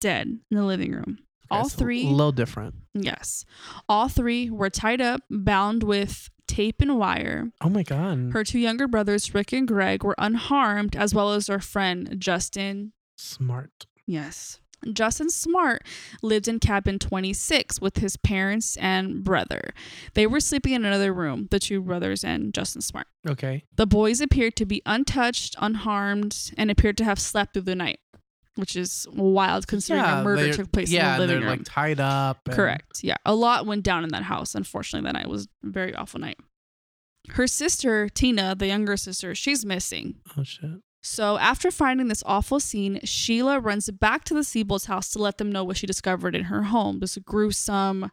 C: dead in the living room. All
B: That's
C: three,
B: a little different.
C: yes, all three were tied up, bound with tape and wire.
B: Oh my god.
C: Her two younger brothers, Rick and Greg, were unharmed, as well as their friend Justin.
B: Smart.
C: Yes. Justin Smart lived in cabin 26 with his parents and brother. They were sleeping in another room, the two brothers and Justin Smart.
B: Okay.
C: The boys appeared to be untouched, unharmed, and appeared to have slept through the night, which is wild considering a murder
B: they're-
C: took place
B: yeah,
C: in the living
B: they're
C: room.
B: like tied up. and-
C: Correct. Yeah. A lot went down in that house, unfortunately, that night It was a very awful night. Her sister, Tina, the younger sister, she's missing.
B: Oh shit.
C: So after finding this awful scene, Sheila runs back to the Siebel's house to let them know what she discovered in her home, this gruesome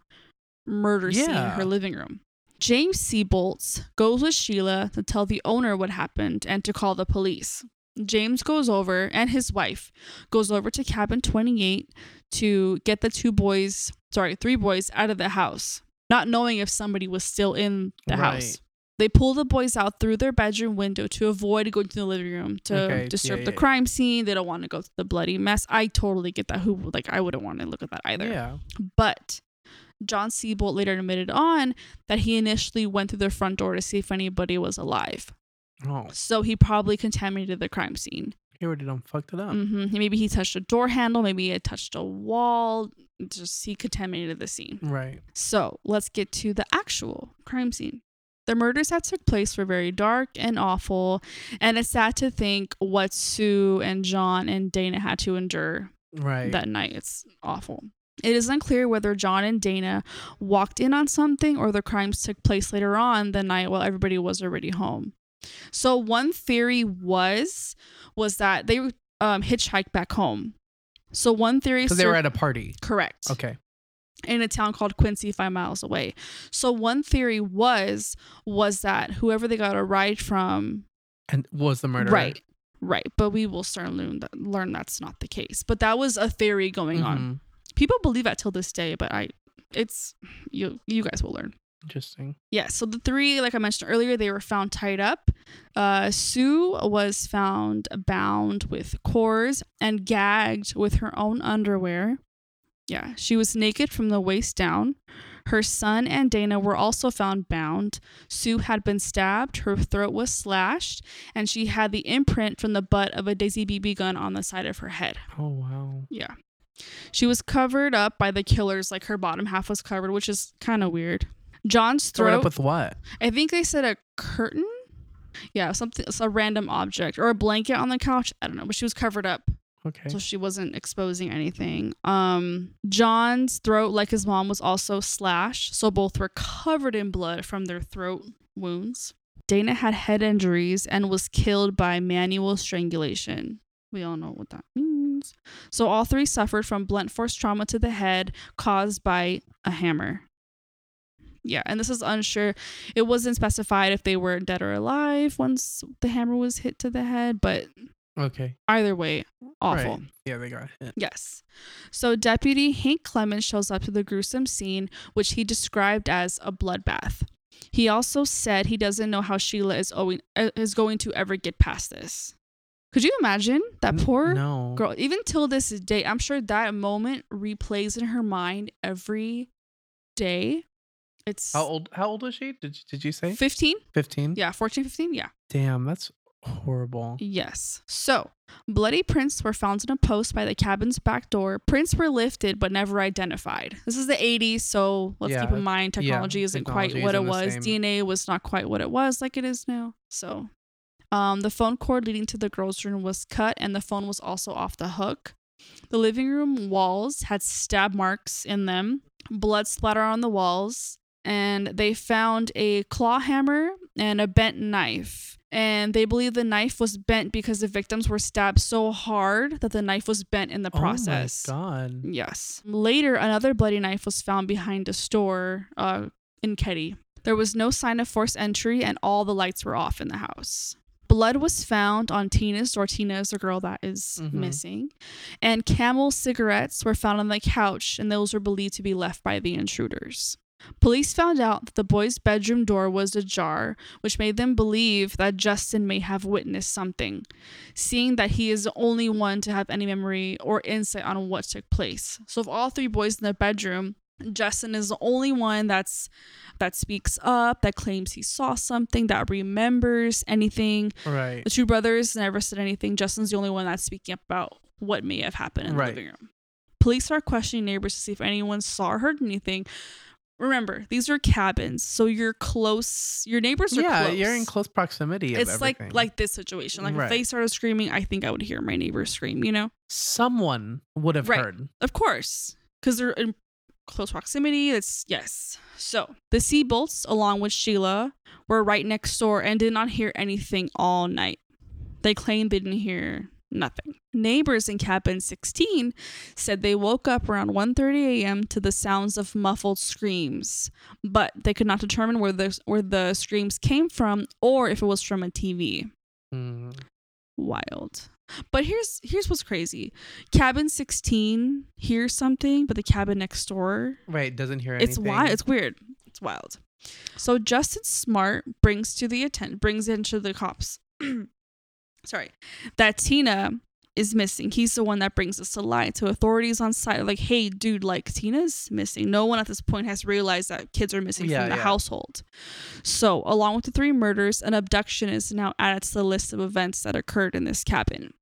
C: murder scene in
B: Yeah.
C: her living room. James Siebolt goes with Sheila to tell the owner what happened and to call the police. James goes over and his wife goes over to cabin 28 to get the two boys, sorry, three boys out of the house, not knowing if somebody was still in the house.
B: Right.
C: They pull the boys out through their bedroom window to avoid going to the living room to
B: Okay,
C: disturb
B: yeah,
C: the
B: yeah.
C: crime scene. They don't want to go to the bloody mess. I totally get that. Who like I wouldn't want to look at that either.
B: Yeah.
C: But John Siebold later admitted on that he initially went through their front door to see if anybody was alive.
B: Oh,
C: So he probably contaminated the crime scene.
B: he already done fucked it up.
C: hmm Maybe he touched a door handle. Maybe it touched a wall. Just he contaminated the scene.
B: Right.
C: So let's get to the actual crime scene. The murders that took place were very dark and awful, and it's sad to think what Sue and John and Dana had to endure
B: Right.
C: that night. It's awful. It is unclear whether John and Dana walked in on something or the crimes took place later on the night while everybody was already home. So one theory was was that they um, hitchhiked back home. So one theory
B: Because they were
C: cir-
B: at a party.
C: correct
B: Okay.
C: in a town called Quincy, five miles away. So one theory was was that whoever they got a ride from,
B: And was the murderer.
C: right, right. But we will certainly learn, that, learn that's not the case. But that was a theory going on.
B: Mhm.
C: People believe that till this day, but I, it's you you guys will learn.
B: Interesting.
C: Yeah. So the three, like I mentioned earlier, they were found tied up. Uh, Sue was found bound with cords and gagged with her own underwear. Yeah, she was naked from the waist down. Her son and Dana were also found bound. Sue had been stabbed, her throat was slashed, and she had the imprint from the butt of a Daisy BB gun on the side of her head.
B: Oh wow.
C: Yeah. She was covered up by the killers, like her bottom half was covered, which is kind of weird. John's
B: Thrown
C: throat.
B: up with what?
C: I think they said a curtain. Yeah, something, it's a random object or a blanket on the couch. I don't know, but she was covered up,
B: Okay.
C: so she wasn't exposing anything. Um, John's throat, like his mom, was also slashed, so both were covered in blood from their throat wounds. Dana had head injuries and was killed by manual strangulation. We all know what that means. So all three suffered from blunt force trauma to the head caused by a hammer. Yeah, and this is unsure. It wasn't specified if they were dead or alive once the hammer was hit to the head, but
B: okay.
C: either way, awful.
B: Right. Yeah, they got hit.
C: Yes. So Deputy Hank Clemens shows up to the gruesome scene, which he described as a bloodbath. He also said he doesn't know how Sheila is, owing, uh, is going to ever get past this. Could you imagine that
B: N-
C: poor
B: no.
C: girl? Even till this day, I'm sure that moment replays in her mind every day. It's
B: How old? How old was she? Did you- did you say
C: 15?
B: fifteen?
C: Yeah, 14, 15? Yeah.
B: Damn, that's horrible.
C: Yes. So, bloody prints were found in a post by the cabin's back door. Prints were lifted but never identified. This is the 80s, so let's
B: Yeah,
C: keep in mind technology isn't
B: technology
C: quite what it
B: isn't the
C: was.
B: same.
C: DNA was not quite what it was like it is now. So, um, the phone cord leading to the girls' room was cut and the phone was also off the hook. The living room walls had stab marks in them, blood splatter on the walls, and they found a claw hammer and a bent knife. And they believe the knife was bent because the victims were stabbed so hard that the knife was bent in the process. Mm.
B: Oh my god.
C: Yes. Later, another bloody knife was found behind a store uh, in Ketty. There was no sign of forced entry, and all the lights were off in the house. Blood was found on Tina's or Tina's the girl that is
B: Mhm.
C: missing, and Camel cigarettes were found on the couch, and those were believed to be left by the intruders. Police found out that the boys' bedroom door was ajar, which made them believe that Justin may have witnessed something, seeing that he is the only one to have any memory or insight on what took place. So of all three boys in the bedroom, Justin is the only one that's that speaks up, that claims he saw something, that remembers anything.
B: Right.
C: The two brothers never said anything. Justin's the only one that's speaking up about what may have happened in
B: Right.
C: the living room. Police are questioning neighbors to see if anyone saw or heard anything. Remember, these are cabins, so you're close. Your neighbors are
B: Yeah,
C: close.
B: you're in close proximity. Of
C: It's
B: everything.
C: like like this situation. Like
B: Right.
C: if they started screaming, I think I would hear my neighbors scream. You know,
B: someone would have
C: Right.
B: heard.
C: of course, because they're in close proximity. It's yes. So the sea bolts, along with Sheila, were right next door and did not hear anything all night. They claimed they didn't hear nothing. Neighbors in cabin 16 said they woke up around 1:30 a.m. to the sounds of muffled screams, but they could not determine where the where the screams came from or if it was from a TV
B: Mm.
C: wild. But here's here's what's crazy. Cabin 16 hears something, but the cabin next door,
B: Right. Doesn't hear anything.
C: it's wild. It's weird. It's wild. So Justin Smart brings to the atten- brings into the cops. Sorry, that Tina is missing. He's the one that brings this to light to authorities on site. are Like, hey, dude, like Tina's missing. No one at this point has realized that kids are missing
B: Yeah,
C: from the
B: yeah.
C: household. So, along with the three murders, an abduction is now added to the list of events that occurred in this cabin.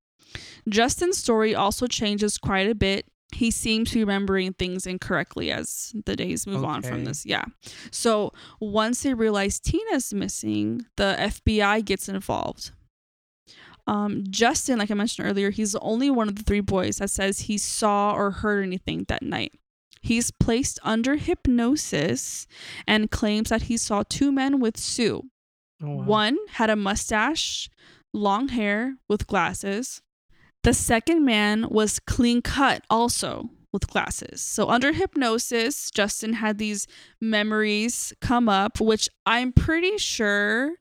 C: Justin's story also changes quite a bit. He seems to be remembering things incorrectly as the days move on
B: Okay.
C: from this. Yeah. So once they realize Tina's missing, the FBI gets involved. Um, Justin, like I mentioned earlier, he's the only one of the three boys that says he saw or heard anything that night. He's placed under hypnosis and claims that he saw two men with Sue.
B: Oh, wow.
C: One had a mustache, long hair with glasses. The second man was clean cut, also with glasses. So, under hypnosis, Justin had these memories come up, which I'm pretty sure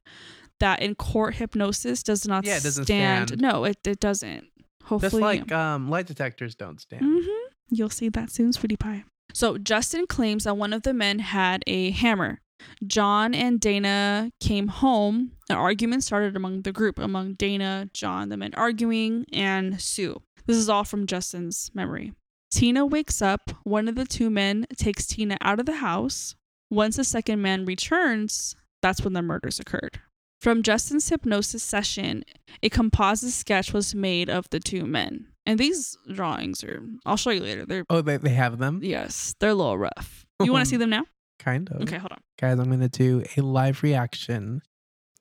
C: that in court hypnosis does not
B: Yeah, it doesn't stand.
C: No, it, it doesn't.
B: Just
C: Hopefully,
B: like um, light detectors don't stand.
C: hmm You'll see that soon, sweetie pie. So Justin claims that one of the men had a hammer. John and Dana came home. An argument started among the group, among Dana, John, the men arguing, and Sue. This is all from Justin's memory. Tina wakes up. One of the two men takes Tina out of the house. Once the second man returns, that's when the murders occurred. From Justin's hypnosis session, a composite sketch was made of the two men. And these drawings are, I'll show you later. They're,
B: Oh, they, they have them?
C: yes, they're a little rough. You want to see them now?
B: Kind of.
C: Okay, hold on.
B: Guys, I'm going to do a live reaction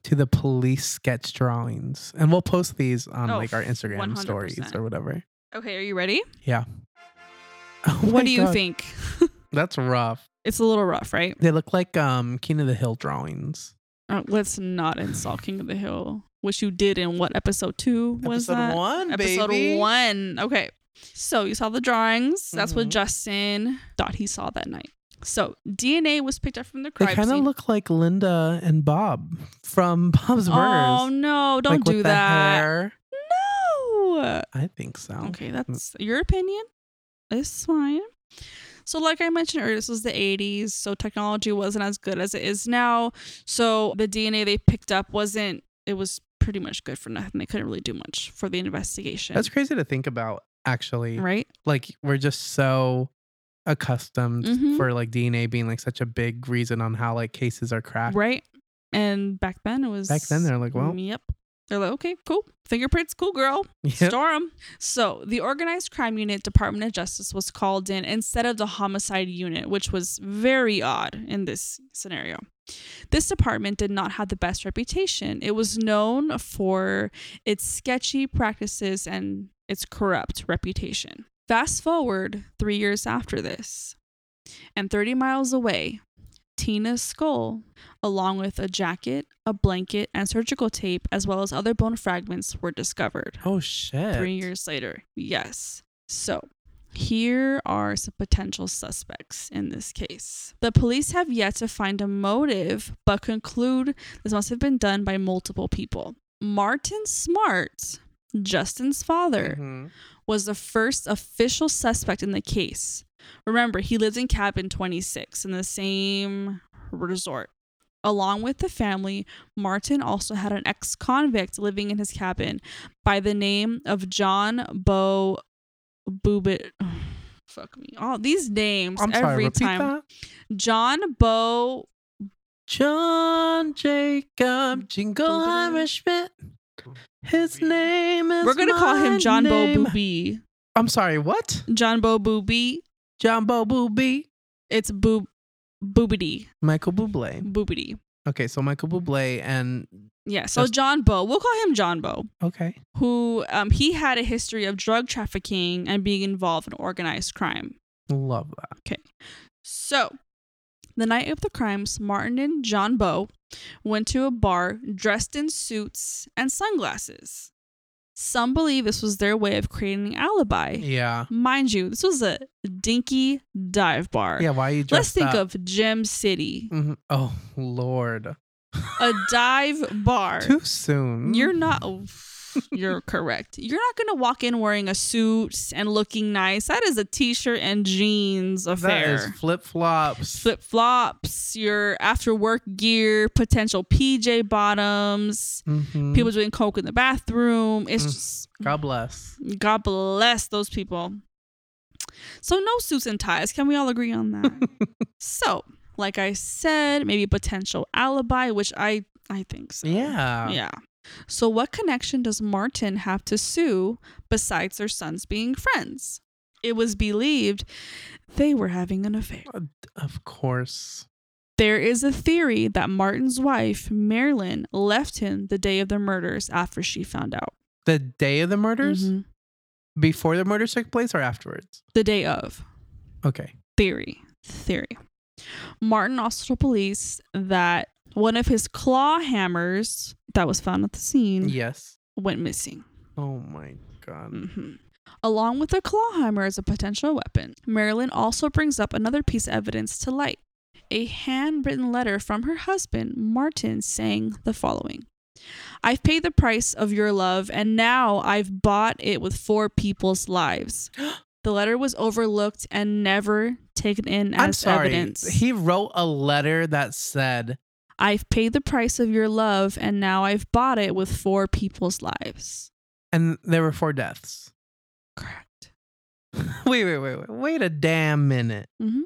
B: to the police sketch drawings. And we'll post these on
C: Oh,
B: like our Instagram
C: 100%.
B: stories or whatever.
C: Okay, are you ready?
B: Yeah. Oh my
C: What do you
B: God,
C: think?
B: That's rough.
C: It's a little rough, right?
B: They look like um King of the Hill drawings.
C: Uh, let's not insult King of the Hill, which you did in what episode two was
B: Episode
C: that?
B: one,
C: episode
B: baby.
C: one. Okay. So you saw the drawings. That's what
B: Mhm.
C: Justin thought he saw that night. So DNA was picked up from the
B: They
C: crime
B: kind of
C: scene.
B: look like Linda and Bob from Bob's
C: oh
B: Burgers.
C: no! Don't
B: Like, with
C: do
B: the
C: that.
B: hair.
C: No.
B: I think so.
C: Okay, that's your opinion. It's fine. So, like I mentioned earlier, this was the 80s, so technology wasn't as good as it is now. So, the DNA they picked up wasn't, it was pretty much good for nothing. They couldn't really do much for the investigation.
B: That's crazy to think about, actually.
C: right.
B: Like, we're just so accustomed
C: Mhm.
B: for like DNA being like such a big reason on how like cases are cracked.
C: Right. And back then it was.
B: Back then, they're like, well,
C: Yep. They're like, okay, cool. Fingerprints, cool girl.
B: yeah.
C: Store 'em. So the organized crime unit, Department of Justice, was called in instead of the homicide unit, which was very odd in this scenario. This department did not have the best reputation. It was known for its sketchy practices and its corrupt reputation. Fast forward three years after this, and 30 miles away, Tina's skull, along with a jacket, a blanket, and surgical tape, as well as other bone fragments, were discovered
B: oh, shit.
C: three years later. Yes. So here are some potential suspects in this case. The police have yet to find a motive, but conclude this must have been done by multiple people. Martin Smart, Justin's father,
B: Mhm.
C: was the first official suspect in the case. Remember, he lives in cabin 26 in the same resort. Along with the family, Martin also had an ex convict living in his cabin by the name of John Bo Boobit. Fuck me. All these names
B: I'm sorry,
C: every
B: repeat
C: time.
B: that.
C: John Bo
B: John Jacob Jingle Irishman. His name is.
C: We're gonna call
B: my
C: him John
B: name.
C: Bo Boobie.
B: I'm sorry, what?
C: John Bo Boobie.
B: John Bo Boobie.
C: It's Boob Boobity.
B: Michael Bublé.
C: Boobity.
B: Okay, so Michael Bublé and
C: Yeah. So
B: That's-
C: John Bo. We'll call him John Bo.
B: okay,
C: who um, he had a history of drug trafficking and being involved in organized crime.
B: love that.
C: So, the night of the crimes, Martin and John Bo went to a bar dressed in suits and sunglasses. Some believe this was their way of creating an alibi.
B: Yeah,
C: Mind you, this was a dinky dive bar.
B: yeah. Why are you dressed
C: Let's think
B: up?
C: of Gem City,
B: Mhm. Oh Lord,
C: a dive bar.
B: too soon. Mm-hmm.
C: You're not. oof. You're correct. You're not going to walk in wearing a suit and looking nice. That is a t shirt and jeans affair.
B: That is flip flops.
C: Flip flops, your after work gear, potential PJ bottoms, people doing coke in the bathroom. It's
B: Mm.
C: just
B: Mm-hmm. God bless.
C: God bless those people. So, no suits and ties. Can we all agree on that? so, like I said, maybe potential alibi, which I I think so.
B: Yeah.
C: Yeah. So, what connection does Martin have to Sue besides their sons being friends? It was believed they were having an affair.
B: Uh, Of course.
C: There is a theory that Martin's wife, Marilyn, left him the day of the murders after she found out.
B: The day of the murders?
C: Mhm.
B: Before the murders took place or afterwards?
C: The day of.
B: Okay.
C: theory theory martin also told police that one of his claw hammers that was found at the scene
B: Yes.
C: went missing
B: Oh my god.
C: hmm along with a claw hammer as a potential weapon marilyn also brings up another piece of evidence to light a handwritten letter from her husband martin saying the following I've paid the price of your love, and now I've bought it with four people's lives. The letter was overlooked and never taken in as
B: I'm sorry.
C: evidence.
B: He wrote a letter that said,
C: I've paid the price of your love, and now I've bought it with four people's lives.
B: and there were four deaths.
C: Correct.
B: Wait, wait, wait, wait, wait a damn minute.
C: Mhm.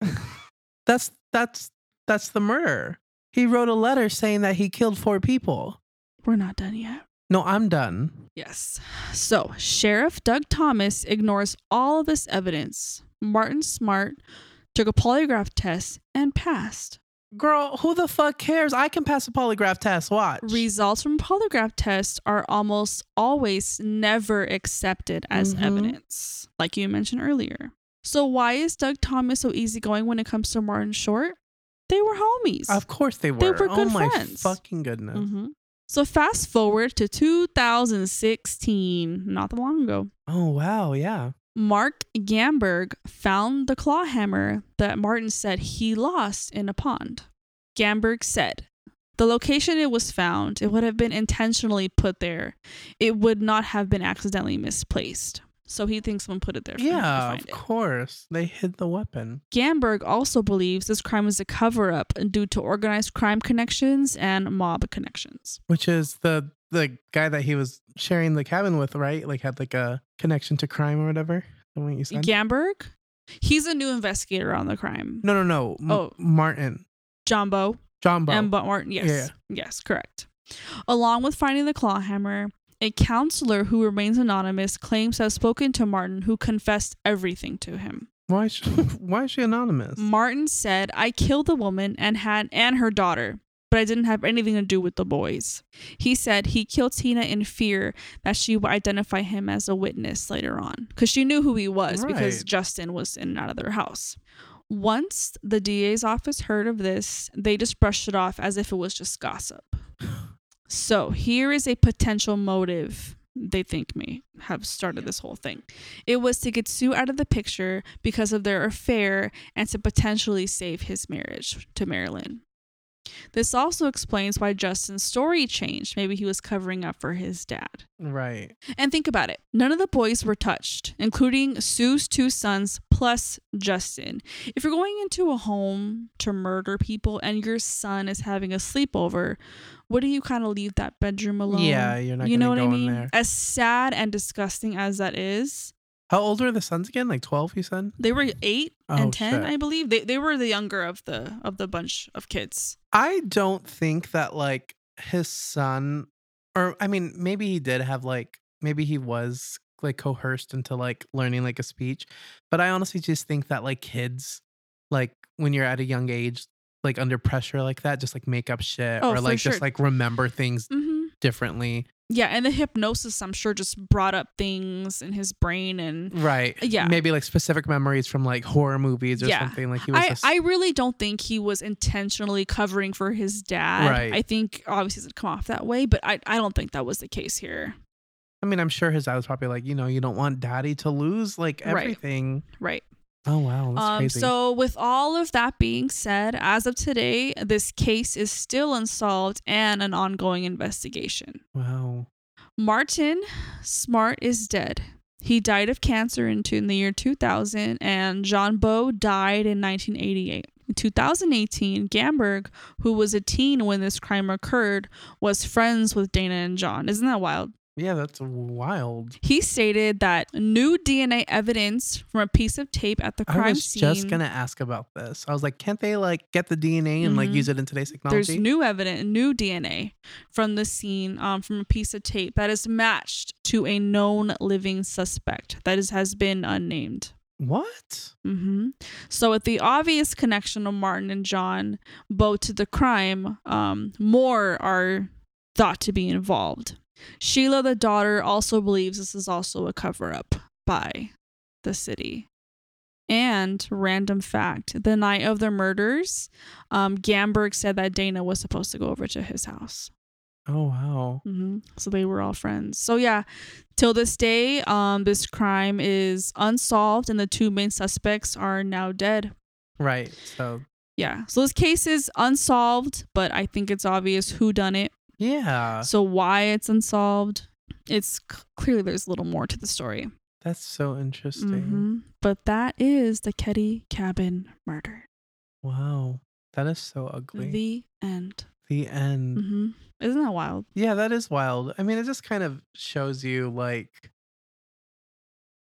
B: that's that's that's the murder. He wrote a letter saying that he killed four people.
C: We're not done yet.
B: No, I'm done.
C: Yes. So, Sheriff Doug Thomas ignores all of this evidence. Martin Smart took a polygraph test and passed.
B: Girl, who the fuck cares? I can pass a polygraph test. Watch.
C: Results from polygraph tests are almost always never accepted as
B: Mhm.
C: evidence, like you mentioned earlier. So, why is Doug Thomas so easygoing when it comes to Martin Short? They were homies.
B: of course they were.
C: They were
B: oh
C: good
B: my
C: friends.
B: fucking goodness.
C: hmm So fast forward to 2016, not that long ago.
B: Oh wow, yeah.
C: Mark Gamberg found the claw hammer that Martin said he lost in a pond. Gamberg said, The location it was found, it would have been intentionally put there. It would not have been accidentally misplaced. So he thinks someone put it there. For him to
B: Yeah,
C: find
B: of
C: it.
B: course. They hid the weapon.
C: Gamberg also believes this crime was a cover up due to organized crime connections and mob connections.
B: Which is the the guy that he was sharing the cabin with, right? Like had like a connection to crime or whatever. The one you said.
C: Gamberg. He's a new investigator on the crime.
B: No, no, no. M-
C: Oh.
B: Martin.
C: Jumbo
B: Jumbo.
C: and But Martin. Yes.
B: Yeah.
C: Yes, correct. Along with finding the claw hammer, a counselor who remains anonymous claims to have spoken to Martin, who confessed everything to him.
B: why is she, why is she anonymous?
C: Martin said, "I killed the woman and had and her daughter, but I didn't have anything to do with the boys." He said he killed Tina in fear that she would identify him as a witness later on, because she knew who he was because
B: Right.
C: Justin was in and out of their house. Once the DA's office heard of this, they just brushed it off as if it was just gossip. So here is a potential motive they think may have started this whole thing. It was to get Sue out of the picture because of their affair and to potentially save his marriage to Marilyn. This also explains why Justin's story changed. Maybe he was covering up for his dad.
B: right.
C: And think about it none of the boys were touched, including Sue's two sons plus Justin. If you're going into a home to murder people and your son is having a sleepover, wouldn't you kind of leave that bedroom alone?
B: Yeah, you're not
C: you know
B: gonna
C: what
B: go
C: I
B: in
C: mean?
B: there.
C: As sad and disgusting as that is,
B: How old were the sons again? Like 12, you said?
C: they were eight
B: Oh,
C: and ten,
B: shit.
C: I believe. They they were the younger of the of the bunch of kids.
B: I don't think that like his son, or I mean, maybe he did have like, maybe he was like coerced into like learning like a speech, but I honestly just think that like kids, like when you're at a young age, like under pressure like that, just like make up shit
C: Oh,
B: or
C: for
B: like
C: sure.
B: just like remember things
C: Mm-hmm.
B: differently.
C: Yeah, and the hypnosis, I'm sure, just brought up things in his brain and.
B: Right.
C: Yeah.
B: Maybe like specific memories from like horror movies or
C: Yeah.
B: something. Like he was
C: I,
B: just,
C: I really don't think he was intentionally covering for his dad.
B: Right.
C: I think obviously it doesn't come off that way, but I, I don't think that was the case here.
B: I mean, I'm sure his dad was probably like, you know, you don't want daddy to lose like
C: Right.
B: everything.
C: Right.
B: Oh, wow. That's
C: Um,
B: crazy.
C: so, with all of that being said, as of today, this case is still unsolved and an ongoing investigation.
B: wow.
C: Martin Smart is dead. He died of cancer in, two, in the year 2000, and John Bo died in 1988. In 2018, Gamberg, who was a teen when this crime occurred, was friends with Dana and John. Isn't that wild?
B: Yeah, that's wild.
C: He stated that new DNA evidence from a piece of tape at the crime
B: I was
C: scene.
B: just gonna ask about this. I was like, can't they like get the DNA and like
C: Mhm.
B: use it in today's
C: There's
B: technology?
C: new evidence, new DNA from the scene, um, from a piece of tape that is matched to a known living suspect that is, has been unnamed.
B: what?
C: hmm So, with the obvious connection of Martin and John Bo to the crime, um, more are thought to be involved. Sheila, the daughter, also believes this is also a cover up by the city. And random fact: the night of the murders, um, Gamberg said that Dana was supposed to go over to his house.
B: Oh wow.
C: hmm So they were all friends. So yeah, till this day, um, this crime is unsolved, and the two main suspects are now dead.
B: Right. So
C: Yeah. So this case is unsolved, but I think it's obvious who done it.
B: yeah,
C: So why it's unsolved? It's c- clearly there's a little more to the story.
B: that's so interesting.
C: Mhm. But that is the Ketty Cabin murder.
B: Wow, that is so ugly. The,
C: The end.
B: end.
C: hmm Isn't that wild?
B: Yeah, that is wild. I mean, it just kind of shows you like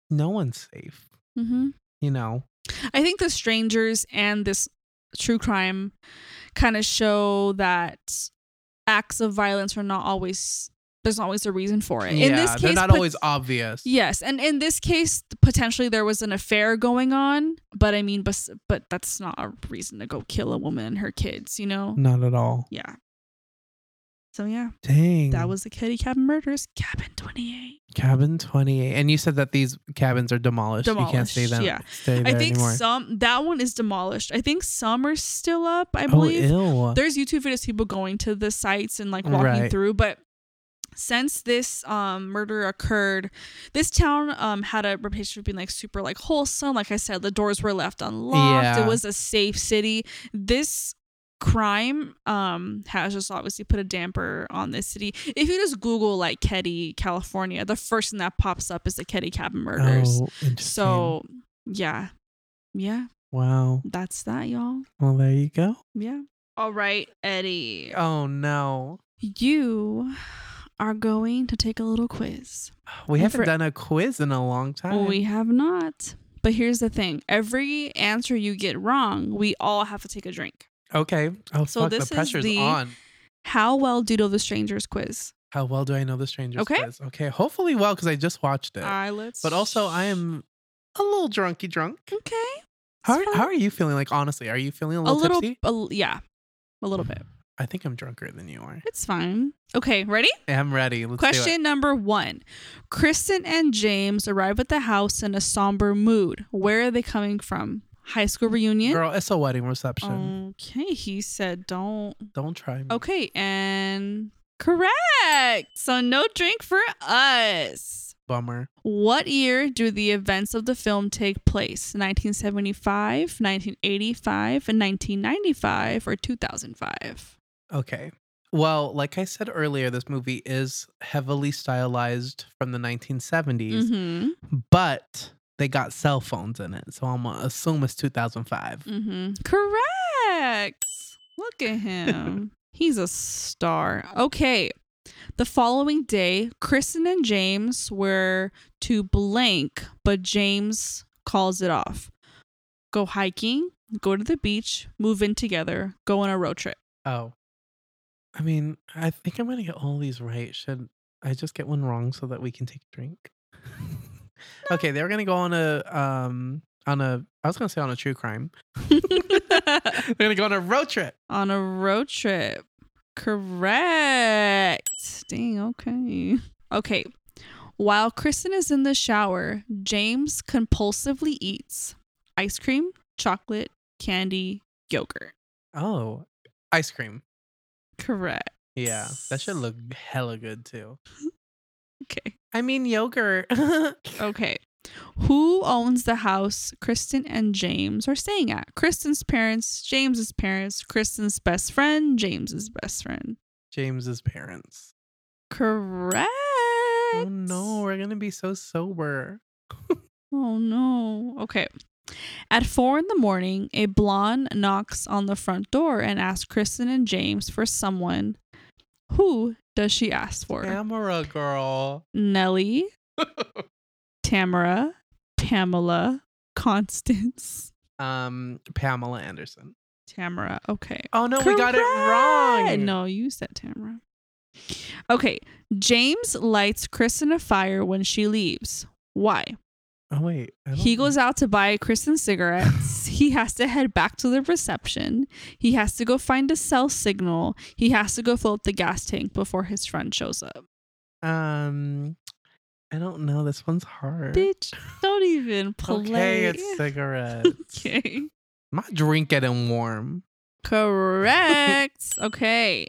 B: no one's safe.
C: Mm-hmm.
B: You know.
C: I think the strangers and this true crime kind of show that acts of violence are not always there's not always a reason for it.
B: yeah,
C: in this case,
B: they're not
C: pot-
B: always obvious.
C: Yes, and in this case, potentially there was an affair going on, but I mean, but but that's not a reason to go kill a woman and her kids, you know?
B: Not at all.
C: Yeah. So yeah,
B: Dang.
C: that was the Kitty Cabin murders, Cabin Twenty Eight.
B: cabin twenty eight. And you said that these cabins are demolished. You can't stay
C: Demolished,
B: them.
C: yeah.
B: Stay
C: I
B: there
C: think
B: anymore.
C: some that one is demolished. I think some are still up. I
B: oh,
C: believe.
B: ew.
C: there's YouTube videos of people going to the sites and like walking
B: Right.
C: through, but since this um, murder occurred, this town um, had a reputation for being like super like wholesome. Like I said, the doors were left unlocked.
B: Yeah.
C: It was a safe city. This crime um has just obviously put a damper on this city. If you just Google like Ketty, California, the first thing that pops up is the Ketty Cabin murders.
B: Oh, interesting.
C: so yeah. Yeah,
B: wow.
C: that's that, y'all.
B: Well, there you go.
C: Yeah. All right, Eddie.
B: Oh no,
C: you are going to take a little quiz.
B: we
C: And
B: haven't
C: for-
B: done a quiz in a long time.
C: We have not. But here's the thing every answer you get wrong, we all have to take a drink.
B: okay. Oh
C: So
B: fuck,
C: this
B: the
C: is
B: pressure's
C: the-
B: on.
C: How well do you know the strangers quiz?
B: How well do I know the stranger?
C: Okay. Uh,
B: Quiz? Okay. Hopefully, well, because Uh, I just watched it.
C: Eyelids.
B: but also, I am a little drunky drunk.
C: Okay.
B: How
C: it's
B: are,
C: fine.
B: how are you feeling? Like honestly, are you feeling a
C: A
B: little,
C: little,
B: tipsy?
C: a l- yeah, a little bit.
B: I think I'm drunker than you are.
C: It's fine. Okay, ready?
B: I'm ready. Let's do it.
C: Question number one. Kristen and James arrive at the house in a somber mood. Where are they coming from? High school reunion?
B: Girl, it's a wedding reception.
C: Okay, he said don't
B: Don't try me.
C: Okay, and correct. So no drink for us.
B: Bummer.
C: What year do the events of the film take place? 1975, 1985, and 1995 or 2005?
B: Okay. Well, like I said earlier, this movie is heavily stylized from the 1970s,
C: Mhm.
B: but they got cell phones in it. So I'm going to assume it's 2005.
C: Mhm. Correct. Look at him. He's a star. Okay. The following day, Kristen and James were to blank, but James calls it off. Go hiking, go to the beach, move in together, go on a road trip.
B: Oh. I mean, I think I'm going to get all these right. Should I just get one wrong so that we can take a drink? okay, they were going to go on a um on a I was going to say on a true crime. They're going to go on a road trip.
C: on a road trip. Correct. Dang, okay. Okay. While Kristen is in the shower, James compulsively eats ice cream, chocolate, candy, yogurt.
B: Oh, ice cream.
C: Correct.
B: Yeah, that should look hella good too.
C: Okay.
B: I mean yogurt. Oh.
C: Okay. Who owns the house Kristen and James are staying at? Kristen's parents, James's parents, Kristen's best friend, James's best friend.
B: James's parents.
C: Correct.
B: Oh no, we're gonna be so sober.
C: Oh no. Okay. At four in the morning, a blonde knocks on the front door and asks Kristen and James for someone. Who does she ask for?
B: Camera girl.
C: Nellie, Tamara, Pamela, Constance,
B: Um, Pamela Anderson.
C: Tamara. Okay.
B: Oh no, we got it wrong.
C: No, you said Tamara. Okay. James lights Kristen a fire when she leaves. Why?
B: Oh wait. I don't
C: He goes
B: know.
C: out to buy Kristen cigarettes. he has to head back to the reception. He has to go find a cell signal. He has to go fill up the gas tank before his friend shows up.
B: Um, I don't know. This one's hard.
C: Bitch, don't even play.
B: Okay, it's cigarette.
C: Okay.
B: My drink getting warm.
C: Correct. okay.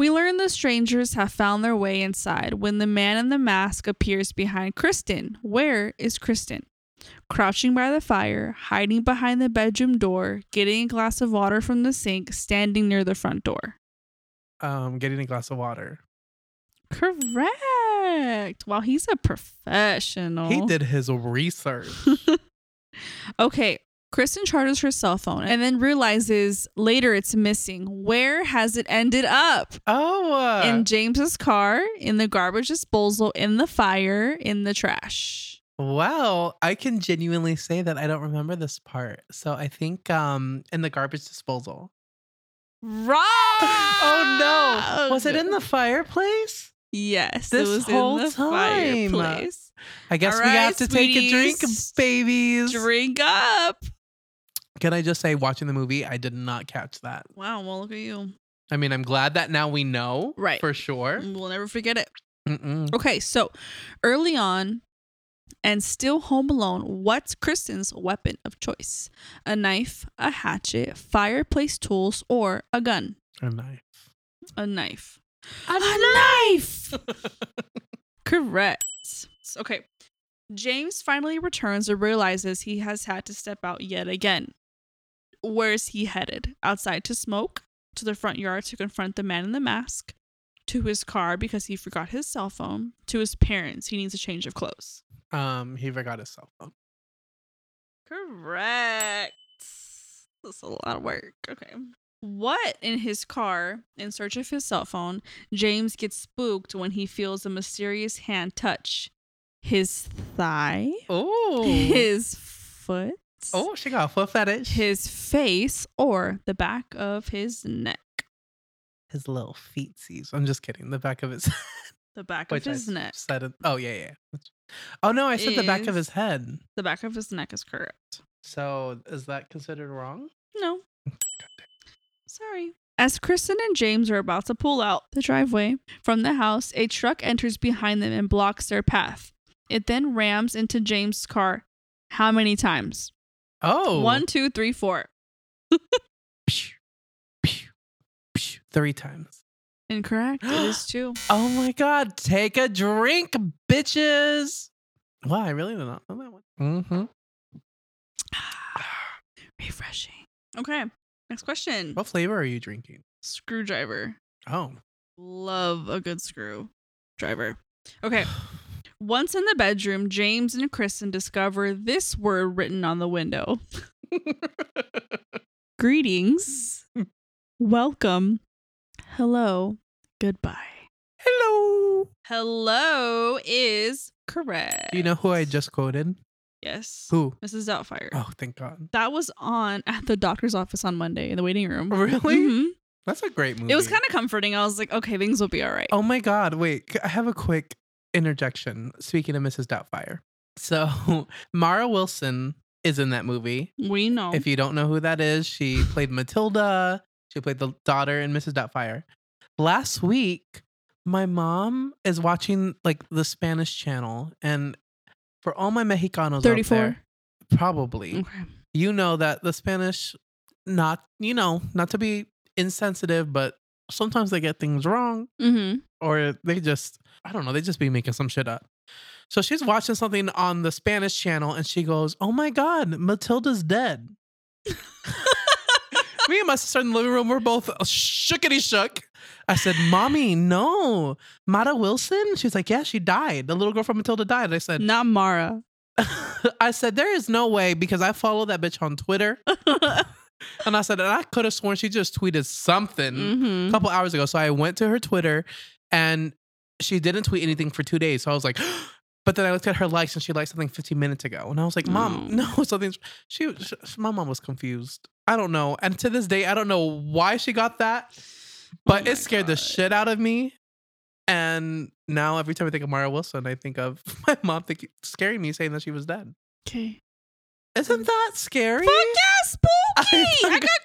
C: We learn the strangers have found their way inside when the man in the mask appears behind Kristen. Where is Kristen? Crouching by the fire, hiding behind the bedroom door, getting a glass of water from the sink, standing near the front door.
B: Um, getting a glass of water.
C: Correct. Wow, he's a professional.
B: He did his research.
C: Okay. Kristen charges her cell phone and then realizes later it's missing. Where has it ended up?
B: oh, uh,
C: in James's car, in the garbage disposal, in the fire, in the trash.
B: Well, I can genuinely say that I don't remember this part. So I think um in the garbage disposal.
C: Wrong.
B: Oh no. Was
C: Ah!
B: it in the fireplace?
C: Yes,
B: This
C: it was
B: whole
C: in the
B: time.
C: fireplace.
B: I guess
C: All
B: we have
C: right,
B: to take a drink,
C: sweeties.
B: babies.
C: Drink up.
B: Can I just say watching the movie, I did not catch that.
C: Wow. Well, look at you.
B: I mean, I'm glad that now we know
C: Right. Mm.
B: for sure.
C: We'll never forget it.
B: Mm-mm.
C: Okay, so early on, and still home alone, what's Kristen's weapon of choice? A knife, a hatchet, fireplace tools, or a gun?
B: A knife.
C: A knife. A, knife. Correct. Okay. James finally returns and realizes he has had to step out yet again. Where is he headed? Outside to smoke, to the front yard to confront the man in the mask, to his car because he forgot his cell phone, to his parents. He needs a change of clothes.
B: Um, he forgot his cell phone.
C: Correct. That's a lot of work. Okay. What in his car, in search of his cell phone, James gets spooked when he feels a mysterious hand touch his thigh,
B: Oh.
C: his foot,
B: oh, she got a foot fetish.
C: his face, or the back of his neck.
B: his little feetsies. I'm just kidding. The back of his
C: The back
B: which
C: of
B: I
C: his neck.
B: Said it- oh yeah, yeah. That's- Oh no, I said the back of
C: Is-
B: his head.
C: The back of his neck is correct.
B: So is that considered wrong?
C: No. Sorry. As Kristen and James are about to pull out the driveway from the house, a truck enters behind them and blocks their path. It then rams into James' car. How many times?
B: Oh,
C: One, two, three, four.
B: Pew, pew, pew, three times.
C: Incorrect. it is two.
B: Oh my god, take a drink, bitches. Wow, I really did not know that one. Mm-hmm.
C: Refreshing. Okay. Next question.
B: What flavor are you drinking?
C: Screwdriver.
B: Oh.
C: Love a good screw driver. Okay. Once in the bedroom, James and Kristen discover this word written on the window. Greetings. Welcome. Hello. Goodbye.
B: Hello.
C: Hello is correct.
B: Do you know who I just quoted?
C: Yes.
B: Who?
C: Mrs. Doubtfire.
B: Oh, thank God.
C: That was on at the doctor's office on Monday in the waiting room.
B: Oh, Really?
C: Mhm.
B: That's a great movie.
C: It was kind of comforting. I was like, okay, things will be all right.
B: Oh my God. Wait, c- I have a quick interjection. Speaking of Mrs. Doubtfire. So, Mara Wilson is in that movie.
C: We know.
B: If you don't know who that is, she played Matilda. She played the daughter in Mrs. Doubtfire. Last week, my mom is watching like the Spanish channel. And for all my Mexicanos out
C: 34.
B: there, probably,
C: Okay.
B: you know that the Spanish, not, you know, not to be insensitive, but sometimes they get things wrong
C: Mm-hmm.
B: or they just I don't know, they just be making some shit up. So she's watching something on the Spanish channel and she goes, "Oh my god, Matilda's dead." Me and my sister in the living room were both uh, shookity shook. I said, Mommy, no. Mata Wilson? She's like, Yeah, she died. The little girl from Matilda died. I said,
C: Not Mara.
B: I said, There is no way because I follow that bitch on Twitter. And I said, And I could have sworn she just tweeted something
C: hmm
B: a couple hours ago. So I went to her Twitter and she didn't tweet anything for two days. So I was like, but then I looked at her likes and she liked something 15 minutes ago. And I was like, Mom,
C: Oh.
B: no, something's. She, she, my mom was confused. I don't know. And to this day, I don't know why she got that, but
C: Oh my
B: it scared the
C: God.
B: shit out of me. And now every time I think of Mara Wilson, I think of my mom think, scaring me saying that she was dead.
C: Okay.
B: Isn't that scary?
C: Fuck yeah, spooky!
B: I
C: I
B: think-
C: got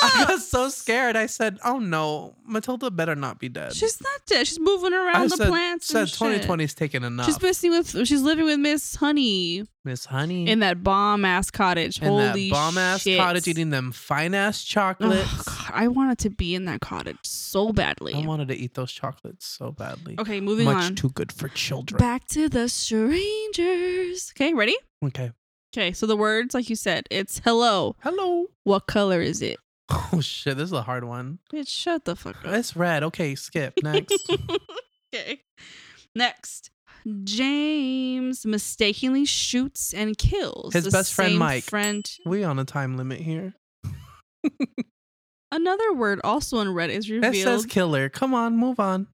B: I
C: goosebumps.
B: got so scared. I said, "Oh no, Matilda better not be dead."
C: She's not dead. She's moving around
B: I
C: the plants.
B: Said
C: and shit.
B: 2020 is taking enough.
C: She's missing with. She's living with Miss Honey
B: Miss Honey
C: in that bomb ass cottage.
B: in
C: Holy
B: that bomb ass
C: shit.
B: cottage eating them fine ass chocolates.
C: Oh, God, I wanted to be in that cottage so badly.
B: I wanted to eat those chocolates so badly.
C: okay, moving
B: Much
C: on.
B: too good for children.
C: Back to the strangers. Okay, ready?
B: okay.
C: Okay, so the words, like you said, it's hello.
B: Hello.
C: What color is it?
B: Oh shit, this is a hard one.
C: Bitch, shut the fuck up.
B: It's red. Okay, skip. Next.
C: okay. Next. James mistakenly shoots and kills
B: His
C: the
B: best friend,
C: same
B: Mike.
C: Friend.
B: we on a time limit here.
C: Another word also in red is
B: It says
C: revealed.
B: killer. Come on, move on.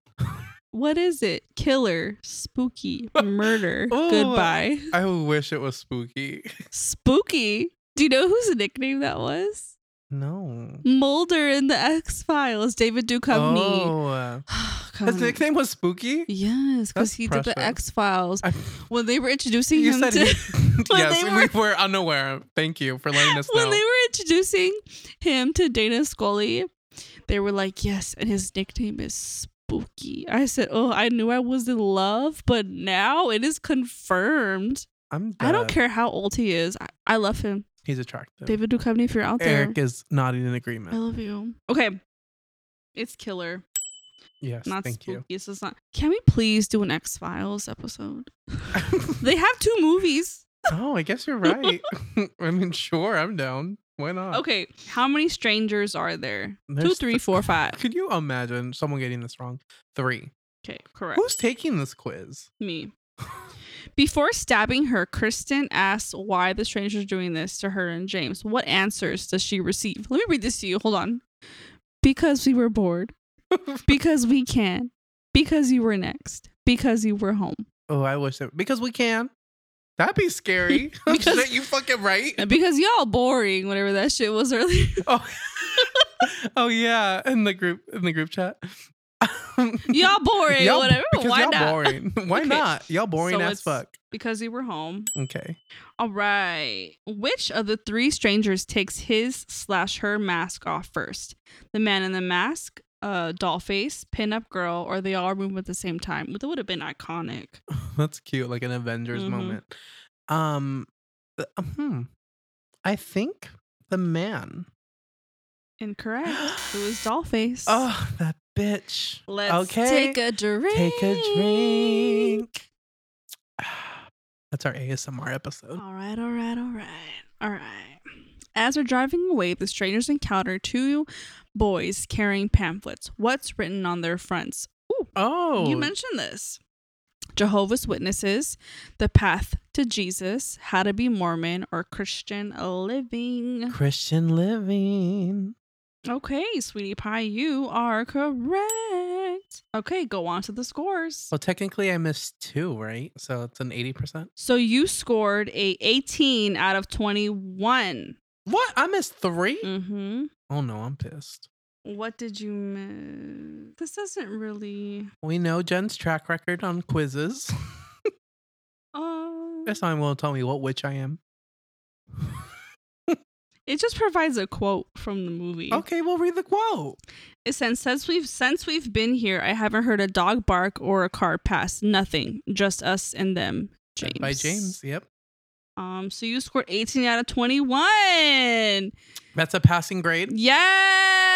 C: what is it? Killer, spooky, murder,
B: Ooh.
C: goodbye.
B: I wish it was spooky.
C: Spooky. Do you know whose nickname that was?
B: No.
C: Mulder in the X Files, David Duchovny.
B: Oh.
C: Come
B: His
C: on.
B: nickname was Spooky?
C: Yes, because
B: That's
C: he did the
B: impressive.
C: X Files.
B: I-
C: When they were introducing
B: you
C: him
B: said
C: to
B: he-
C: when
B: yes,
C: they
B: we were unaware. Thank you for letting us
C: when
B: know.
C: they were introducing him to Dana Scully, they were like, "Yes," and his nickname is Spooky. I said, "Oh, I knew I was in love, but now it is confirmed."
B: I'm
C: I don't
B: dead.
C: care how old he is. I, I love him,
B: He's attractive.
C: David Duchovny. If you're out there,
B: Eric is nodding in
C: I
B: agreement.
C: love you. Okay, it's killer,
B: Yes,
C: not
B: thank
C: spooky. This is not. Can we please do an X Files episode?
B: you.
C: They have two movies.
B: oh, I guess you're right. I mean, sure, I'm down. Why not?
C: Okay, how many strangers are there? Two,
B: There's
C: three,
B: th-
C: four, five.
B: Could you imagine someone getting this wrong? Three.
C: Okay, correct.
B: Who's taking this quiz?
C: Me. Before stabbing her, Kristen asks why the stranger's doing this to her and James. What answers does she receive? Let me read this to you. Hold on. Because we were bored. because we can. Because you were next. Because you were home.
B: Oh, I wish that because we can. That'd be scary.
C: Because-
B: Shit, you fucking right.
C: And because y'all boring, whatever that shit was earlier.
B: Oh. oh yeah, in the group in the group chat.
C: y'all boring,
B: Y'all-
C: whatever.
B: Because
C: Why
B: y'all
C: not?
B: boring. Why
C: Okay.
B: not? Y'all boring
C: So
B: as
C: it's-
B: fuck.
C: Because you were home.
B: Okay.
C: All right. Which of the three strangers takes his slash her mask off first? The man in the mask, uh, dollface, pinup girl, or they all remove at the same time? That would have been iconic.
B: That's cute, like an Avengers
C: Mhm.
B: moment. Um, th- hmm. I think the man.
C: Incorrect. It was dollface.
B: Oh, that bitch.
C: Let's
B: okay.
C: take a drink.
B: Take a drink. That's our ASMR episode.
C: All right, all right, all right, all right. As they're driving away, the strangers encounter two boys carrying pamphlets. What's written on their fronts?
B: Oh,
C: You mentioned this. Jehovah's Witnesses, The Path to Jesus, How to Be Mormon, or Christian Living.
B: Christian living.
C: Okay, sweetie pie, you are correct. Okay, go on to the scores.
B: Well, technically, I missed two, right? So it's an eighty percent.
C: So you scored a 18 out of 21.
B: What? I missed 3
C: Mm-hmm.
B: Oh no, I'm pissed.
C: What did you miss? This doesn't really.
B: We know Jen's track record on quizzes.
C: Uh,
B: This time, won't tell me what witch I am.
C: it just provides a quote from the movie.
B: Okay, we'll read the quote.
C: It says since we've since we've been here, I haven't heard a dog bark or a car pass. Nothing, just us and them. James.
B: By James. Yep.
C: Um. So you scored 18 out of 21.
B: That's a passing grade.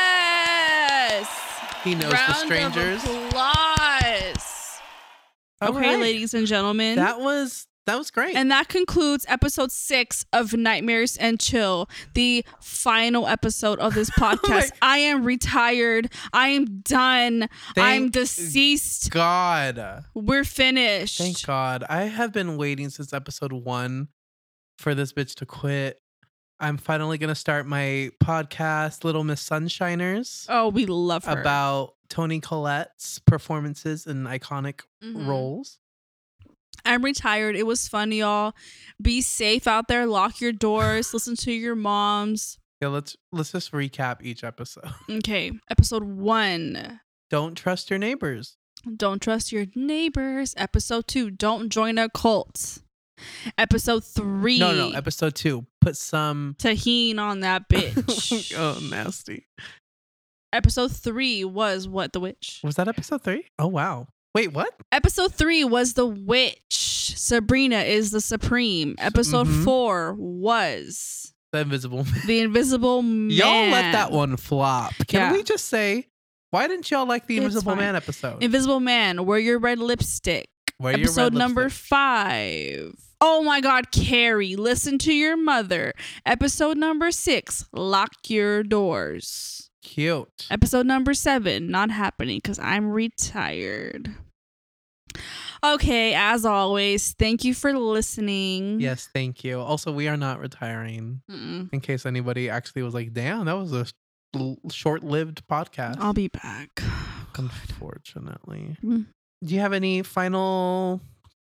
C: Yes.
B: He knows
C: Round
B: the strangers.
C: Of applause.
B: All
C: Okay,
B: right.
C: ladies and gentlemen.
B: That was That was great.
C: And that concludes episode six of Nightmares and Chill, the final episode of
B: Oh
C: this podcast. I am retired. I am done. I'm
B: Thank
C: deceased.
B: God.
C: We're finished.
B: Thank God. I have been waiting since episode one for this bitch to quit. I'm finally going to start my podcast, Little Miss Sunshiners,
C: Oh, we love her.
B: about Tony Collette's performances in iconic
C: Mhm.
B: roles.
C: I'm retired. It was fun, y'all. Be safe out there. Lock your doors. Listen to your moms.
B: Yeah, let's let's just recap each episode.
C: Okay. Episode one.
B: Don't trust your neighbors.
C: Don't trust your neighbors. Episode two. Don't join a cult. Episode three.
B: No, no, episode two. Put some
C: Tahine on that bitch.
B: oh, nasty.
C: Episode three was what the witch.
B: Was that episode three? Oh wow. Wait, what?
C: Episode three was the witch. Sabrina is the supreme. Episode
B: Mhm.
C: four was
B: The invisible man.
C: the invisible man.
B: Y'all let that one flop. Can
C: Yeah.
B: we just say why didn't y'all like the
C: It's
B: Invisible
C: fine.
B: Man episode?
C: Invisible man. Wear your red lipstick.
B: Wear your red
C: episode number
B: lipstick.
C: five. Oh my God, Carrie, listen to your mother. Episode number six, lock your doors.
B: Cute.
C: Episode number seven, not happening because I'm retired. Okay, as always, thank you for listening.
B: Yes, thank you. Also, we are not retiring.
C: Mm-mm.
B: In case anybody actually was like, "Damn, that was a l- short-lived podcast."
C: I'll be back.
B: Unfortunately.
C: Mm.
B: Do you have any final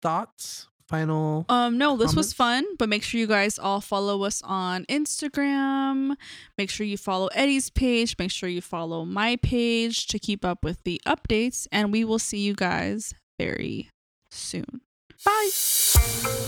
B: thoughts? Final
C: Um, no, this was
B: Comments?
C: fun, but make sure you guys all follow us on Instagram. Make sure you follow Eddie's page. Make sure you follow my page to keep up with the updates. And we will see you guys very soon. Bye.